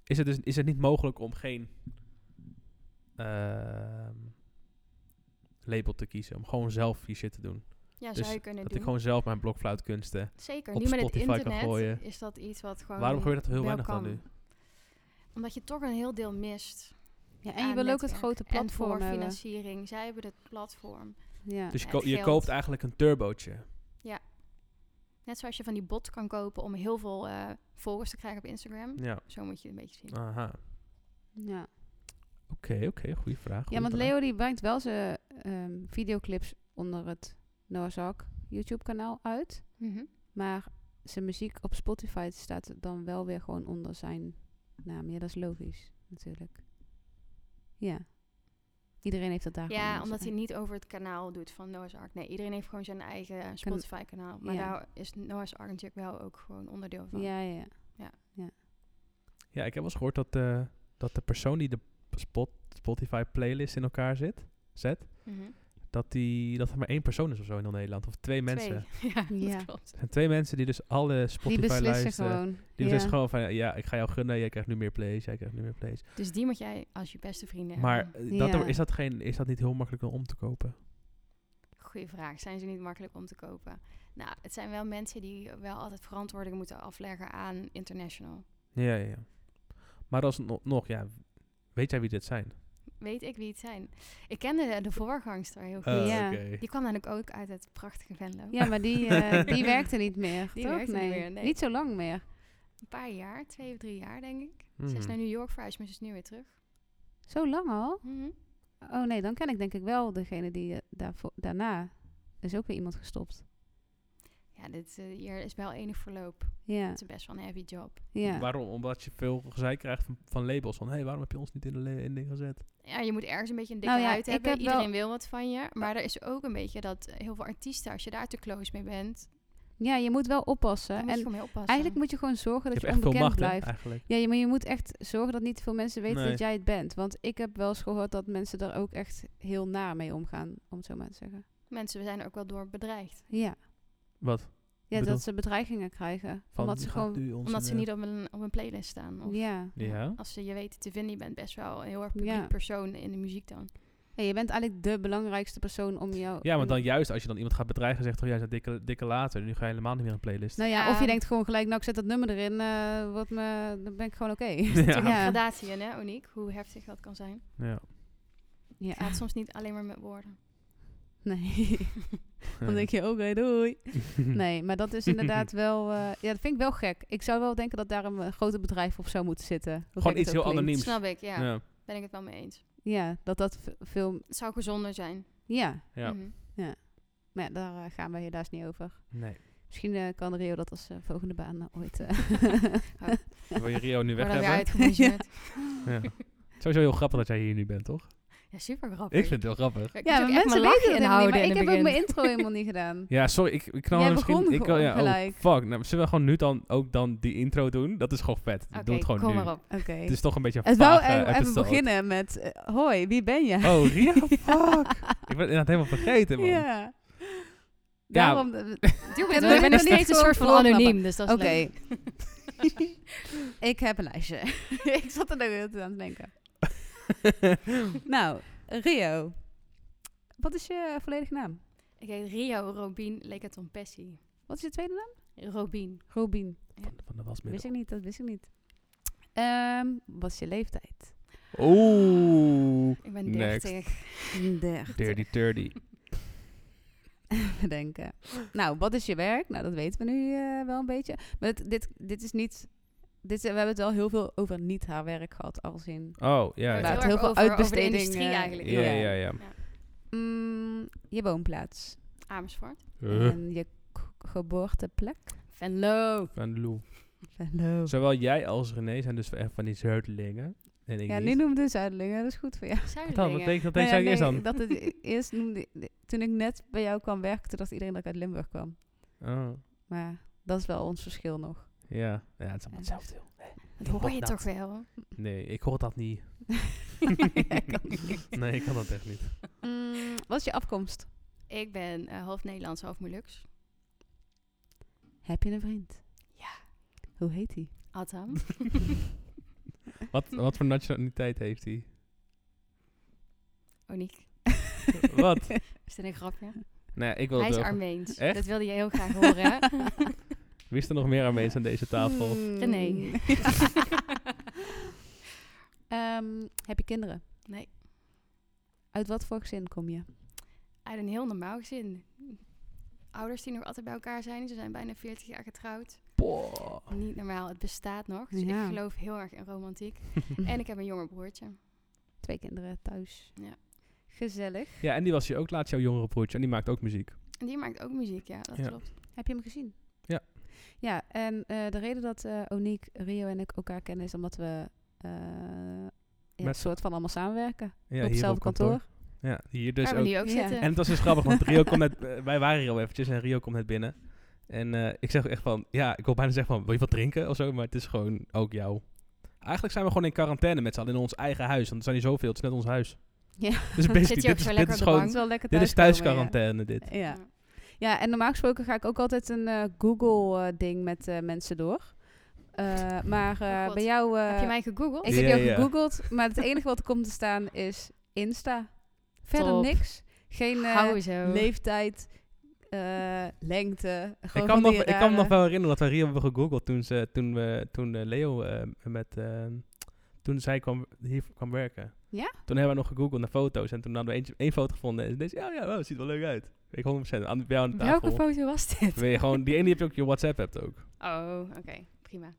is, het dus, is het niet mogelijk om geen ehm, label te kiezen? Om gewoon zelf je shit te doen.
Ja,
Dus
zou je kunnen
Dat
doen.
ik gewoon zelf mijn blokfluitkunsten...
Zeker,
op
nu met het
Spotify kan
internet
gooien.
is dat iets wat gewoon
Waarom gebeurt dat heel
Oh, wel
weinig
kan.
dan nu?
Omdat je toch een heel deel mist.
Ja, en
aan
je wil ook het
netwerk
grote
en
platform
voor
hebben.
financiering. Zij hebben het platform.
Ja.
Dus je,
Ja,
ko-
het
je
geld.
koopt eigenlijk een turbootje.
Net zoals je van die bot kan kopen om heel veel eh, volgers te krijgen op Instagram.
Ja,
Zo moet je het een beetje zien.
aha.
ja.
Oké, oké, goede vraag.
Ja,
goeie
want
vraag.
Leo die brengt wel zijn ehm, videoclips onder het Noah's Ark YouTube kanaal uit.
Mhm.
Maar zijn muziek op Spotify staat dan wel weer gewoon onder zijn naam. Ja, dat is logisch natuurlijk. Ja. Iedereen heeft dat daar gewoon
Ja,
onder
omdat hij
zijn-
niet over het kanaal doet van Noah's Ark. Nee, iedereen heeft gewoon zijn eigen eh, Spotify-kanaal. Maar
ja.
daar is Noah's Ark natuurlijk wel ook gewoon onderdeel van.
Ja, ja, ja.
Ja, ik heb wel eens gehoord dat, eh, dat de persoon die de spot, Spotify playlist in elkaar zit, zet,
Mhm.
dat, die, dat er maar één persoon is of zo in heel Nederland. Of twee mensen.
Twee. Ja, dat
Ja.
klopt.
Er zijn twee mensen die dus alle
Die beslissen
Spotify-lijsten...
gewoon.
eh, Die
ja.
beslissen gewoon van, ja, ik ga jou gunnen, jij krijgt nu meer plays, jij krijgt nu meer plays.
Dus die moet jij als je beste vrienden
Maar
hebben.
eh, dat,
Ja.
er- is, dat geen, is dat niet heel makkelijk om te kopen?
Goeie vraag. Zijn ze niet makkelijk om te kopen? Nou, het zijn wel mensen die wel altijd verantwoording moeten afleggen aan international.
Ja, ja, ja. Maar als no- nog, ja, weet jij wie dit zijn?
Weet ik wie het zijn? Ik kende de, de voorgangster heel goed.
Eh, ja.
oké.
Die kwam namelijk ook uit het prachtige Venlo.
Ja, maar die, eh, die werkte niet meer,
Die
toch?
werkte niet
nee.
meer, nee.
Niet zo lang meer.
Een paar jaar, twee of drie jaar denk ik.
Mhm.
Ze is naar New York verhuisd, maar ze is nu weer terug.
Zo lang al?
Mhm.
Oh nee, dan ken ik denk ik wel degene die eh, daarvoor, daarna is ook weer iemand gestopt.
Ja, dit eh, hier is wel enig verloop.
Ja,
Het is best wel een heavy job.
ja.
Waarom? Omdat je veel gezeik krijgt van, van labels. Van, hé, hey, waarom heb je ons niet in de la- in ding gezet?
Ja, je moet ergens een beetje een dikke
Nou ja,
huid
ik
hebben.
heb wel-
Iedereen wil wat van je. Maar er is ook een beetje dat eh, heel veel artiesten, als je daar te close mee bent,
Ja, je moet wel
dan
oppassen.
moet je
Eh, en
gewoon mee oppassen.
eigenlijk moet je gewoon zorgen
Je
dat
hebt
je,
echt veel
onbekend
macht, hè,
blijft.
eigenlijk.
ja, je- maar je moet echt zorgen dat niet veel mensen weten
Nee.
dat jij het bent. Want ik heb wel eens gehoord dat mensen daar ook echt heel naar mee omgaan, om het zo maar te zeggen.
Mensen zijn er ook wel door bedreigd.
Ja,
Wat?
ja
bedoel-
dat ze bedreigingen krijgen. omdat ze Oh, gewoon...
Omdat ze niet op een, op een playlist staan. Of
Ja.
Ja?
als ze je weten te vinden, je bent best wel een heel erg publiek
Ja.
persoon in de muziek dan.
Ja, je bent eigenlijk de belangrijkste persoon om jou...
Ja, want dan juist als je dan iemand gaat bedreigen, zegt toch, jij bent dikke, dikke later. Nu ga je helemaal niet meer een playlist.
Nou ja, of je
Ja.
denkt gewoon gelijk, nou ik zet dat nummer erin, eh, wordt me, dan ben ik gewoon oké.
ja.
Natuurlijk
Ja.
Ja.
een gradatie in, hè, Uniek? Hoe heftig dat kan zijn.
Ja.
Het gaat soms niet alleen maar met woorden.
Nee. dan denk je, oké, doei. Nee, maar dat is inderdaad wel... eh, ja, dat vind ik wel gek. Ik zou wel denken dat daar een eh, groter bedrijf op zou moeten zitten. Hoe
Gewoon
gek het
iets
ook
heel
klinkt.
Teams.
Snap ik, ja.
Ja.
Ben ik het wel mee eens.
Ja, dat dat v- veel...
Het zou gezonder zijn.
Ja,
Ja.
Mhm.
maar ja, daar eh, gaan we helaas niet over.
Nee.
Misschien eh, kan Rio dat als eh, volgende baan eh, ooit... eh.
Wil je Rio nu weg
Wordt dan weer
hebben?
uitgemoeseerd.
Ja. Sowieso heel grappig dat jij hier nu bent, toch?
Ja, super grappig.
Ik vind het heel grappig.
Ik
ja,
moet
maar
ook echt
mensen
mijn lachje
weten het helemaal niet,
inhouden
maar ik
in
heb
het begin.
ook mijn intro helemaal niet gedaan.
Ja, sorry, ik, ik knal
Jij
er misschien...
begon
ik,
gewoon
ja,
gelijk.
Oh, fuck. Nou, zullen we gewoon nu dan ook dan die intro doen? Dat is gewoon vet. Doe het gewoon
kom
nu.
maar op.
Oké.
Het is toch een beetje een
Het wou
vage
eh, even
episode.
beginnen met... eh, Hoi, wie ben jij?
Oh, Rio, fuck. ik ben het inderdaad helemaal vergeten, man.
Ja. Daarom... eh,
Doe
het.
het.
We
Ik ben nog
kunnen
steeds een
gewoon
soort van
voorklappen.
anoniem, dus dat is
Oké.
leuk.
ik heb een lijstje. ik zat er nog heel aan te denken. nou, Rio. Wat is je volledige naam?
Ik heet Rio Robin Lekatompessi.
Wat is je tweede naam?
Robin.
Robin.
Van, van de wasmiddel.
Wist ik niet, dat wist ik niet. Ehm, wat is je leeftijd?
Oeh.
Ik ben
Next.
30.
Dertig.
Dirty, dirty.
bedenken. Nou, wat is je werk? Nou, dat weten we nu eh, wel een beetje. Maar het- dit, dit is niet... Dit, we hebben het wel heel veel over niet haar werk gehad, als in...
Oh, ja.
Het
Waar
gaat
Ja,
heel
het heel
erg
veel
over- over de
uitbesteding...
industrie
eh,
eigenlijk.
ja, ja. ja.
Mm, je woonplaats.
Amersfoort.
Eh,
En je k- geboorteplek.
Venlo.
Van Lou.
Hallo.
Zowel jij als René zijn dus echt van die zuidlingen. En ik
Ja,
niet.
nu noemde Zuidelingen, dat is goed voor jou.
Wat dan? Wat
Zuidelingen.
denk, wat denk jij eerst dan?
Dat het eerst noemde, toen ik net bij jou kwam werken, toen dacht iedereen dat ik uit Limburg kwam.
Oh,
Maar dat is wel ons verschil nog.
ja. ja, het is allemaal hetzelfde. joh.
Dat hoor je
Dat-
toch wel?
Nee, ik hoor dat niet.
Jij kan niet.
Nee, ik kan dat echt niet.
Mm, wat is je afkomst?
Ik ben eh, half Nederlands, half Molux.
Heb je een vriend?
Ja.
Hoe heet hij?
Atam.
Wat, wat voor nationaliteit heeft hij?
Oniek.
Wat?
Is dit een grapje?
Nee, ik wil
Hij is
het wel.
Armeens.
Echt?
Dat wilde je heel graag horen. hè?
Wie is er nog meer aan mensen aan deze tafel?
Mm.
Hmm. René.
Ehm, heb je kinderen?
Nee.
Uit wat voor gezin kom je?
Uit een heel normaal gezin. Ouders die nog altijd bij elkaar zijn. Ze zijn bijna 40 jaar getrouwd.
Poh.
Niet normaal. Het bestaat nog. Dus
Ja.
ik geloof heel erg in romantiek. en ik heb een jonger broertje.
Twee kinderen thuis.
Ja.
Gezellig.
Ja, en die was je ook laatst jouw jongere broertje. En die maakt ook muziek.
En die maakt ook muziek, ja. Dat
Ja.
klopt.
Heb je hem gezien?
Ja.
Ja, en eh, de reden dat eh Oniek, Rio en ik elkaar kennen is omdat we eh, ja, een
Met-
soort van allemaal samenwerken.
Ja,
op hetzelfde kantoor.
Ja, hier dus
Waar
ook.
we nu ook
Ja.
zitten.
En het was dus grappig, want Rio komt net, eh, wij waren hier al eventjes en Rio komt net binnen. En eh, ik zeg ook echt van, ja, ik wil bijna zeggen van, wil je wat drinken of zo? Maar het is gewoon ook jou. Eigenlijk zijn we gewoon in quarantaine met z'n allen in ons eigen huis. Want er zijn hier zoveel, het is net ons huis.
Ja.
Dus
Zit je
basically,
ook
dit is,
zo
dit
lekker
is
op de
gewoon,
bank?
wel lekker
dit is
thuiskomen, ja.
thuisquarantaine dit.
Ja. ja, en normaal gesproken ga ik ook altijd een Google-ding met eh, mensen door. Eh, maar eh,
Oh God.
bij jou... eh,
heb je mij gegoogeld?
Ik
Ja,
heb jou
ja.
gegoogeld, maar het enige wat er komt te staan is Insta. Verder
Top.
niks. Geen eh,
Hou zo.
leeftijd, eh, lengte.
Ik
gewoon
kan,
van
nog,
die
ik
eh,
kan me nog
rare-
wel herinneren dat we Rio hebben gegoogeld toen, ze, toen, we, toen eh, Leo eh, met... eh, toen zij kwam, hier kwam werken.
Ja?
Toen hebben we nog gegoogeld naar foto's. En toen hadden we eentje- één foto gevonden. En deze, ja, "Oh ja, wow, het ziet er wel leuk uit. Ik 100% aan, bij jou aan de tafel.
Welke foto was dit?
Wil je gewoon, die ene die heb je ook op je WhatsApp hebt ook.
Oh, oké. Prima.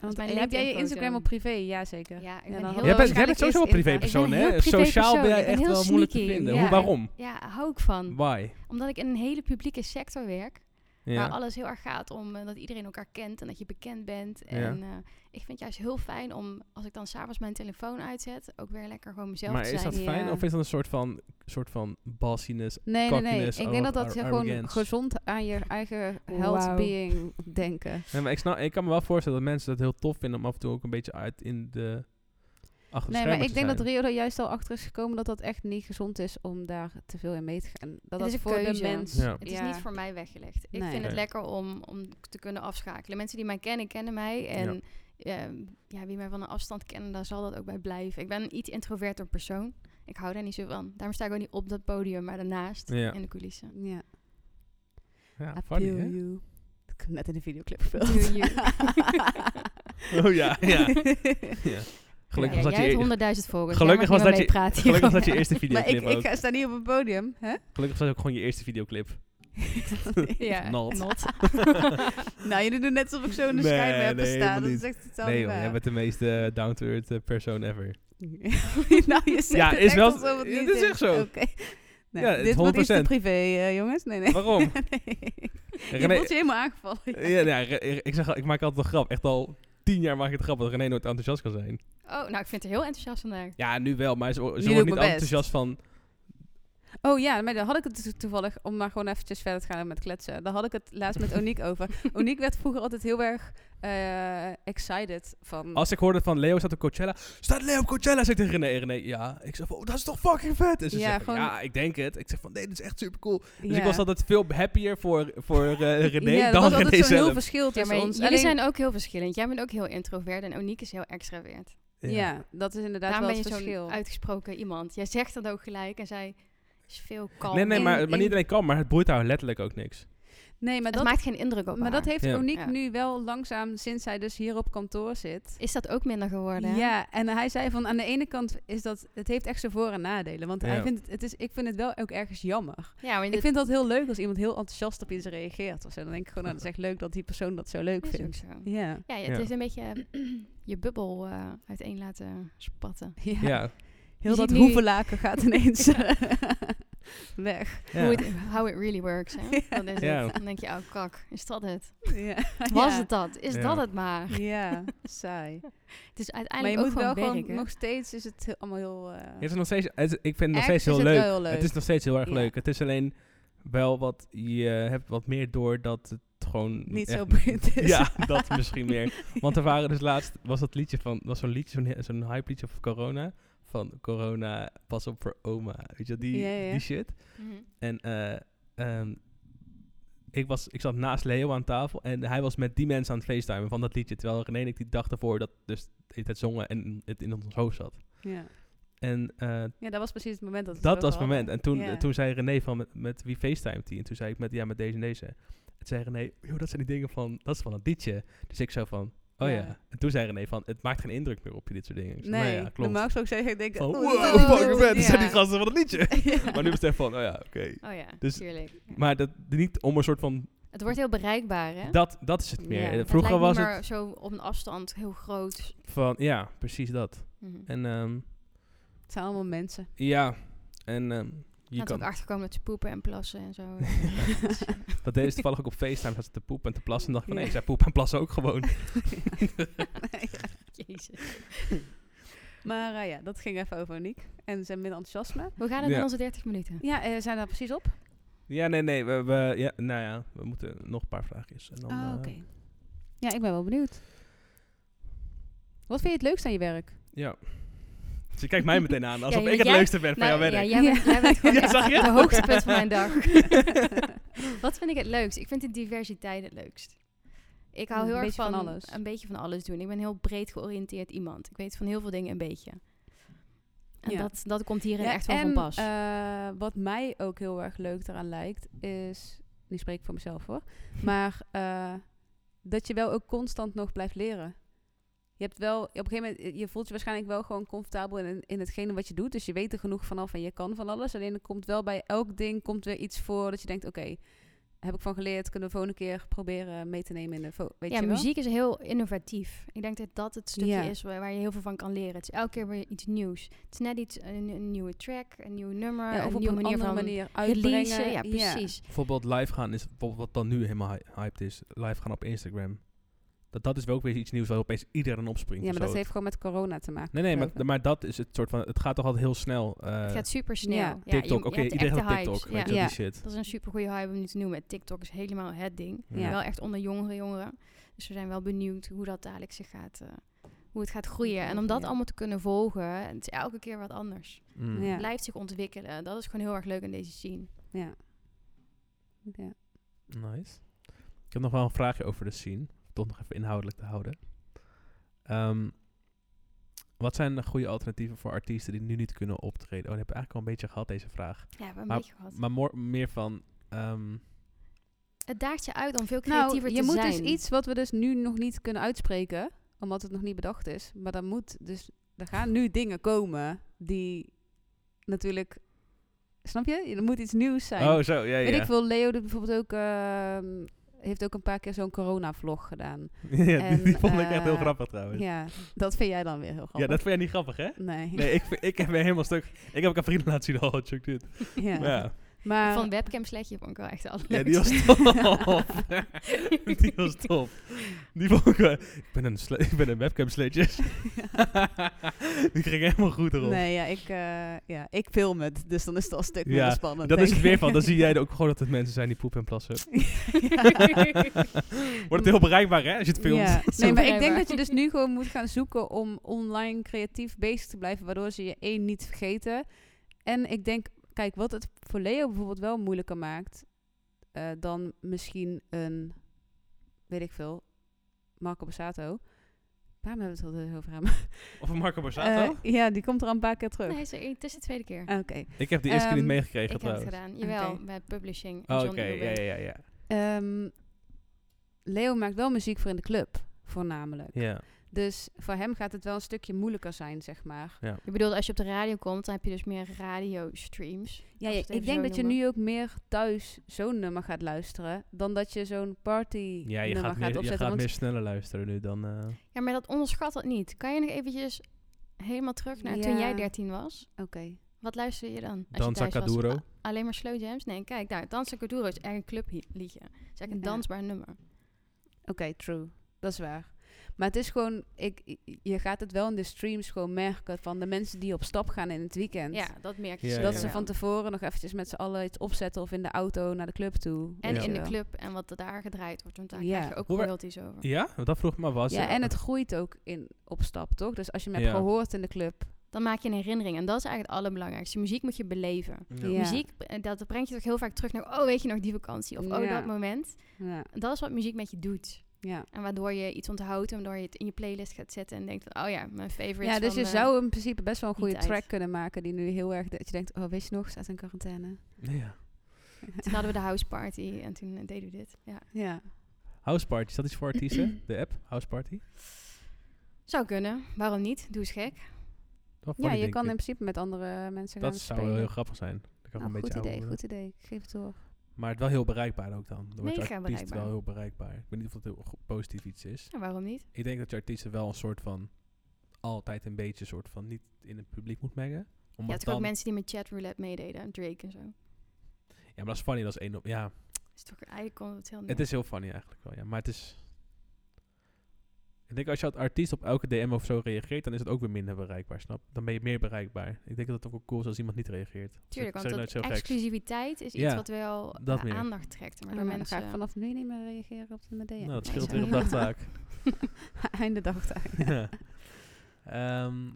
Want
mijn
en heb jij je
LinkedIn-foto.
Instagram op privé? Jazeker.
Ja, ik
Ja,
ben
dan
heel
had-
jij, bent, jij
waarschijnlijk
bent
is
sowieso een
Insta-
privépersoon,
Ik ben een
hè?
heel privé
Sociaal ben jij
persoon. Ik ben
echt
heel
wel moeilijk te
sneaky.
vinden.
Ja. Mm.
Hoe, waarom?
Ja, hou ik van.
Why?
Omdat ik in een hele publieke sector werk.
Ja.
Waar alles heel erg gaat om eh, dat iedereen elkaar kent en dat je bekend bent. En eh, ik vind het juist heel fijn om, als ik dan s'avonds mijn telefoon uitzet, ook weer lekker gewoon mezelf
maar
te
is
zijn. eh,
dat fijn
ja.
of is dat een soort van, soort van bassiness?
Nee, nee, nee.
Cockiness
Ik denk dat
of
dat je
ar-
gewoon
arrogance.
gezond aan je eigen health
Wauw.
being denken.
Nee, maar ik, snap, ik kan me wel voorstellen dat mensen dat heel tof vinden om af en toe ook een beetje uit in de achter de
Nee,
schermen
maar ik
te
denk dat
zijn.
Rio er juist al achter is gekomen dat dat echt niet gezond is om daar te veel in mee te gaan. Dat
Het
dat
is een
voor
keuze.
de mens.
Ja.
Het is niet voor mij weggelegd. Ik
Nee.
vind het
Nee.
lekker om, om te kunnen afschakelen. Mensen die mij kennen, kennen mij. En ehm, ja, wie mij van een afstand kennen, daar zal dat ook bij blijven. Ik ben een iets introverter persoon. Ik hou daar niet zo van. Daarom sta ik ook niet op dat podium, maar daarnaast
Ja.
in de coulissen.
Ja.
Ja,
I
funny,
feel
hè?
you. Dat heb ik net in de videoclip
Do
gespeeld.
you?
Oh ja, ja. ja. Gelukkig
Ja,
was dat
jij
je...
hebt 100.000 volgers. Jij mag
Gelukkig was dat
niet
je-
meer meepraten hierover.
Gelukkig was dat je eerste
maar ik,
videoclip
ik
ook.
ga- sta niet op een podium, hè?
Gelukkig was dat ook gewoon je eerste videoclip.
Ja,
Not.
nou, jullie doen net alsof ik zo in de
Nee,
schijnwerper
nee,
sta.
helemaal
Dat is
niet.
echt totaal
Nee
niet
joh, jij
waar.
bent de meest eh, down-to-earth eh, persoon ever.
nou, je zegt
Ja,
het
is
echt
wel-
alsof het
ja,
niet
dit is echt zo.
Oké. Nou,
Ja, het
dit wordt iets te
100%.
privé, eh, jongens. Nee, nee.
Waarom?
nee. Je
René-
voelt je helemaal aangevallen. ja.
Ja, nou, Re- Re- ik, zeg, al- ik maak altijd een grap. Echt al tien jaar maak ik het grap dat René nooit enthousiast kan zijn.
Oh, nou, ik vind het heel enthousiast vandaag.
Ja, nu wel, maar ze,
doe
ze
ik
wordt niet
mijn
enthousiast van...
Oh ja, maar daar had ik het to- toevallig, om maar gewoon eventjes verder te gaan met kletsen. Daar had ik het laatst met Oniek over. Oniek werd vroeger altijd heel erg eh, excited van...
Als ik hoorde van Leo staat op Coachella... Staat Leo op Coachella? Zeg ik tegen René. René, ja. Ik zeg van, oh, dat is toch fucking vet? En ze
Ja,
zegt van,
gewoon-
ja, ik denk het. Ik zeg van, nee, dat is echt super cool. Dus
Ja.
ik was altijd veel happier voor, voor eh, René
ja, dat
dan
was
René
altijd zo'n heel
zelf.
verschil
Ja,
tussen
maar
ons.
jullie
Alleen-
zijn ook heel verschillend. Jij bent ook heel introvert en Oniek is heel extravert.
ja. dat is inderdaad
Daarom
wel
ben je
het
zo'n
verschil.
uitgesproken iemand. Jij zegt dat ook gelijk en zij is veel kalm.
nee, nee,
in-
maar, maar
in-
niet alleen kalm, maar het boeit haar letterlijk ook niks.
Nee, maar
het
dat,
maakt geen indruk op
maar dat
haar.
heeft
Ja.
Uniek
Ja.
nu wel langzaam, sinds hij dus hier op kantoor zit.
Is dat ook minder geworden? hè?
Ja, en hij zei van aan de ene kant is dat het heeft echt zijn voor- en nadelen. Want hij
Ja.
vindt, het- het is, ik vind het wel ook ergens jammer.
ja maar
Ik vind dat heel leuk als iemand heel enthousiast op iets reageert. Of zo. Dan denk ik gewoon, nou, dat is echt leuk dat die persoon dat zo leuk
dat is ook
vindt.
zo.
Ja.
Ja, het
Ja.
is een beetje je bubbel eh, uiteen laten spatten.
ja.
Ja. ja.
Heel
Je
dat
ziet nu-
hoevenlaken gaat ineens eh, weg.
Hoe het, how it really works, hè? Dat is
Ja.
het. Dan denk je, oh kak, is dat het?
Ja.
Was
Ja.
het dat? Is
Ja.
dat het maar?
Ja, saai.
Het is
Maar je
uiteindelijk
moet
ook gewoon
wel gewoon,
werken.
nog steeds is het heel- allemaal heel... eh,
Het is nog steeds, het is- ik vind het nog
Ergens
steeds heel,
is het
leuk.
wel heel leuk.
Het is nog steeds heel erg
Ja.
leuk. Het is alleen wel wat, je hebt wat meer door dat het gewoon...
Niet
echt-
zo boeiend is.
Ja, dat misschien meer. Want er waren dus laatst, was dat liedje van, was zo'n liedje, zo'n, zo'n hype liedje van corona. Van corona, pas op voor oma. Weet je, die,
Ja, ja.
die shit.
Mhm.
En eh, ehm, ik, was, ik zat naast Leo aan tafel en hij was met die mensen aan het facetimen van dat liedje. Terwijl René en ik die dag ervoor dat dus het zongen en het in ons hoofd zat.
ja.
En eh,
Ja, dat was precies het moment dat we
dat
het
was het
over
moment. En
hadden.
toen,
Ja.
toen zei René van met, met wie facetimed hij? En toen zei ik met ja, met deze en deze. En toen zei René, joh, dat zijn die dingen van, dat is van het liedje. Dus ik zo van, oh ja.
Ja.
En toen zei René van, het maakt geen indruk meer op je dit soort dingen. Ik zei,
Nee,
nou ja, klopt.
normaal zou ik zeggen, ik denk...
Van,
oh,
wow,
dat-
fuck man,
Ja.
dat zijn die gasten van het liedje.
Ja.
Maar nu was het echt van, oh ja, oké.
Oh ja,
Dus-
tuurlijk. Ja.
Maar dat, niet om een soort van,
Het wordt heel bereikbaar, hè?
dat, dat is het meer.
Ja.
Eh,
Het
het
Vroeger
lijkt
was
niet meer
het
zo op een afstand heel groot.
van, ja, precies dat.
Mhm.
En ehm,
Het zijn allemaal mensen.
ja, en ehm, je
Je kan
kan,
ook achterkomen dat ze poepen en plassen en zo.
dat deden ze toevallig ook op FaceTime, dat ze te poepen en te plassen. En dacht ik van,
Ja.
nee, zij poepen en plassen ook gewoon.
Jezus.
Maar eh, ja, dat ging even over Aniek. En zijn minder enthousiasme.
Hoe gaat het met
Ja.
onze 30 minuten?
Ja, eh, zijn we daar precies op?
Ja, nee, nee. We, we, ja, nou ja, we moeten nog een paar vraagjes. En dan,
Ah,
eh,
oké. Ja, ik ben wel benieuwd. Wat vind je het leukst aan je werk?
Ja. Dus je kijkt mij meteen aan, alsof
Ja,
ik het
jij-
leukste ben van
nou,
jouw werk.
Ja, jij bent, jij bent gewoon
Ja,
echt
zag je?
de hoogtepunt van mijn dag. Wat vind ik het leukst? Ik vind de diversiteit het leukst. Ik hou
Een
heel erg
beetje
van,
van alles.
een beetje van alles doen. Ik ben heel breed georiënteerd iemand. Ik weet van heel veel dingen een beetje. En
Ja.
dat, dat komt hierin echt wel
en,
van pas.
eh, wat mij ook heel erg leuk eraan lijkt, is... Nu spreek ik voor mezelf hoor. Maar eh, dat je wel ook constant nog blijft leren. Je hebt wel, op een gegeven moment, je voelt je waarschijnlijk wel gewoon comfortabel in, in hetgene wat je doet. Dus je weet er genoeg vanaf en je kan van alles. Alleen er komt wel bij elk ding komt weer iets voor dat je denkt, oké, heb ik van geleerd, kunnen we volgende keer proberen mee te nemen in de... vo- Weet
ja,
je wel?
muziek is heel innovatief. Ik denk dat dat het stukje
Ja.
is waar, waar je heel veel van kan leren. Het is elke keer weer iets nieuws. Het is net iets, een, een nieuwe track, een nieuw nummer,
Ja,
een
of op
nieuwe
een
manier
andere
van
Ah, manier
releasen.
uitbrengen.
Ja, precies.
Bijvoorbeeld live gaan is bijvoorbeeld wat dan nu helemaal hy- hyped is. Live gaan op Instagram. Dat, dat is wel ook weer iets nieuws waar opeens iedereen
Ja,
opspringt.
maar
of
dat
zo.
heeft gewoon met corona te maken.
Nee, nee, maar,
geloof ik.
maar dat is het soort van... Het gaat toch altijd heel snel. eh,
Het gaat super snel.
Ja.
TikTok, oké, iedereen gaat op TikTok. Weet je,
Ja.
die shit.
Dat is een super goede hype om nu te noemen. TikTok is helemaal het ding.
Ja.
Wel echt onder jongere jongeren. Dus we zijn wel benieuwd hoe dat dadelijk zich gaat, eh, hoe het gaat groeien. En om dat
Ja.
allemaal te kunnen volgen, het is elke keer wat anders.
Mm.
Ja.
Het blijft zich ontwikkelen. Dat is gewoon heel erg leuk in deze scene.
Ja. ja.
Nice. Ik heb nog wel een vraagje over de scene. Toch nog even inhoudelijk te houden. Ehm, wat zijn de goede alternatieven voor artiesten die nu niet kunnen optreden? Oh, dat heb ik eigenlijk al een beetje gehad, deze vraag.
Ja, we hebben een
Maar-
beetje gehad.
Maar more- meer van... ehm,
Het daagt je uit om veel creatiever
Nou,
te
je moet
zijn.
dus iets wat we dus nu nog niet kunnen uitspreken, omdat het nog niet bedacht is. Maar dan moet dus, er gaan nu dingen komen die natuurlijk, snap je? Er moet iets nieuws zijn.
oh, zo, ja,
Weet
ja.
ik veel, Leo doet bijvoorbeeld ook, ehm, heeft ook een paar keer zo'n corona-vlog gedaan.
ja die, die
En,
vond ik echt heel
eh,
grappig trouwens. Oh, Ja,
Ja, dat vind jij dan weer heel grappig.
dat vind jij niet grappig, hè?
Nee.
Nee, ik, vind- ik heb me helemaal stuk... Ik heb ook aan vrienden laten zien, oh, check dit.
ja.
Ja,
Maar
Van webcam sletje vond ik wel echt alles.
eh, Ja, die was top. die was top. Die vond ik... wel- Ik ben een, sle- ik ben een webcam sleetje. die ging helemaal goed erop.
Nee, ja ik, eh, ja, ik film het, dus dan is het al een stuk
Ja,
minder spannend.
Dat is
denk
het
ik.
weer van. Dan zie jij ook gewoon dat het mensen zijn die poepen en plassen.
Ja.
Wordt het heel bereikbaar, hè? Als je het filmt.
Ja.
Zo
Nee, maar ik denk
bereikbaar.
dat je dus nu gewoon moet gaan zoeken om online creatief bezig te blijven, waardoor ze je één niet vergeten. En ik denk, kijk, wat het voor Leo bijvoorbeeld wel moeilijker maakt eh, dan misschien een, weet ik veel, Marco Bassato. Waarom hebben we het altijd over hem?
Of Marco Borsato?
Eh, ja, die komt er al een paar keer terug.
Nee, sorry, het is de tweede keer.
Oké.
ik heb de eerste keer
ehm,
niet meegekregen
ik heb het
trouwens.
gedaan. Jawel,
Oké.
bij publishing.
Oh,
John
Oké,
Newman.
ja, ja, ja,
Ehm, Leo maakt wel muziek voor in de club, voornamelijk.
ja.
Dus voor hem gaat het wel een stukje moeilijker zijn, zeg maar.
Ik bedoel, als je op de radio komt, dan heb je dus meer radiostreams.
Ja,
Als we
ja,
het even
ik denk
zo
dat je
noemen.
nu ook meer thuis zo'n nummer gaat luisteren dan dat je zo'n party
Ja,
nummer
je gaat,
gaat,
meer, je
opzetten.
gaat
want
meer sneller luisteren nu dan... eh,
Ja, maar dat onderschat het niet. Kan je nog eventjes helemaal terug naar toen
Ja.
jij 13 was?
Oké.
Wat luisterde je dan? Als je
Danza
thuis was?
Caduro.
A- Alleen maar slow jams? Nee, kijk daar. Danza Caduro is echt een clubliedje. Het is eigenlijk een
Ja.
dansbaar nummer.
Oké, true. Dat is waar. Maar het is gewoon, ik, je gaat het wel in de streams gewoon merken van de mensen die op stap gaan in het weekend.
Ja, dat merk je.
Ja,
zeker
dat
ja,
ze
wel.
van tevoren nog eventjes met z'n allen iets opzetten of in de auto naar de club toe.
En
weet
Ja.
je
in de
wel.
club en wat er daar gedraaid wordt. Want daar
Ja.
krijg je ook
Hoe wer-
royalties over.
Ja, want dat vroeg ik me was.
Ja, en het groeit ook in, op stap, toch? Dus als je hem hebt
Ja.
gehoord in de club.
Dan maak je een herinnering. En dat is eigenlijk het allerbelangrijkste. Muziek moet je beleven.
Ja.
Muziek, eh, dat brengt je toch heel vaak terug naar... Oh, weet je nog die vakantie? Of oh,
Ja.
dat moment.
Ja,
Dat is wat muziek met je doet.
ja.
En waardoor je iets onthoudt. En waardoor je het in je playlist gaat zetten. En denkt van... Oh ja, mijn eh, favorite.
ja dus je zou in principe best wel een
die
goede
tijd.
track kunnen maken die nu heel erg... Dat je denkt, oh, weet je nog, staat in quarantaine.
Ja.
Toen hadden we de house party. En toen eh, deden we dit. Ja.
Ja.
House Party, is dat iets voor artiesten? De app, House Party?
Zou kunnen. Waarom niet? Doe eens gek.
Wel
ja,
funny,
je
denk
kan
ik.
in principe met andere mensen
Dat
gaan
zou wel
spelen.
heel grappig zijn. Dat kan
Nou, goed
een beetje ouder
idee,
worden.
goed idee. Ik geef het door.
Maar het wel heel bereikbaar ook dan. Dan wordt je
Mega
artiest
bereikbaar.
wel heel bereikbaar. Ik weet niet of dat heel go- positief iets is.
Ja, waarom niet?
Ik denk dat je artiesten wel een soort van... Altijd een beetje soort van niet in het publiek moet mengen.
Je
Omdat
hebt toch ook
dan-
mensen die met chatroulette meededen. Drake en zo.
Ja, maar dat is funny. Dat is één op... Ja,
Mm.
Is toch, eigenlijk kon het heel
het is heel funny eigenlijk wel. Ja. Maar het is... Ik denk als je als artiest op elke DM of zo reageert, dan is het ook weer minder bereikbaar, snap? Dan ben je meer bereikbaar. Ik denk dat het ook wel cool is als iemand niet reageert. Zeg-
Tuurlijk,
zeg
want dat
nooit zo geks.
exclusiviteit is iets
Ja,
wat wel
dat
eh,
meer.
aandacht trekt. Maar
Maar
door
dan
mensen...
ga ik vanaf nu niet meer reageren op de media.
Nou, dat
Nee,
scheelt
sorry.
weer een dagtaak.
Einde dagtaak.
ja. Ehm,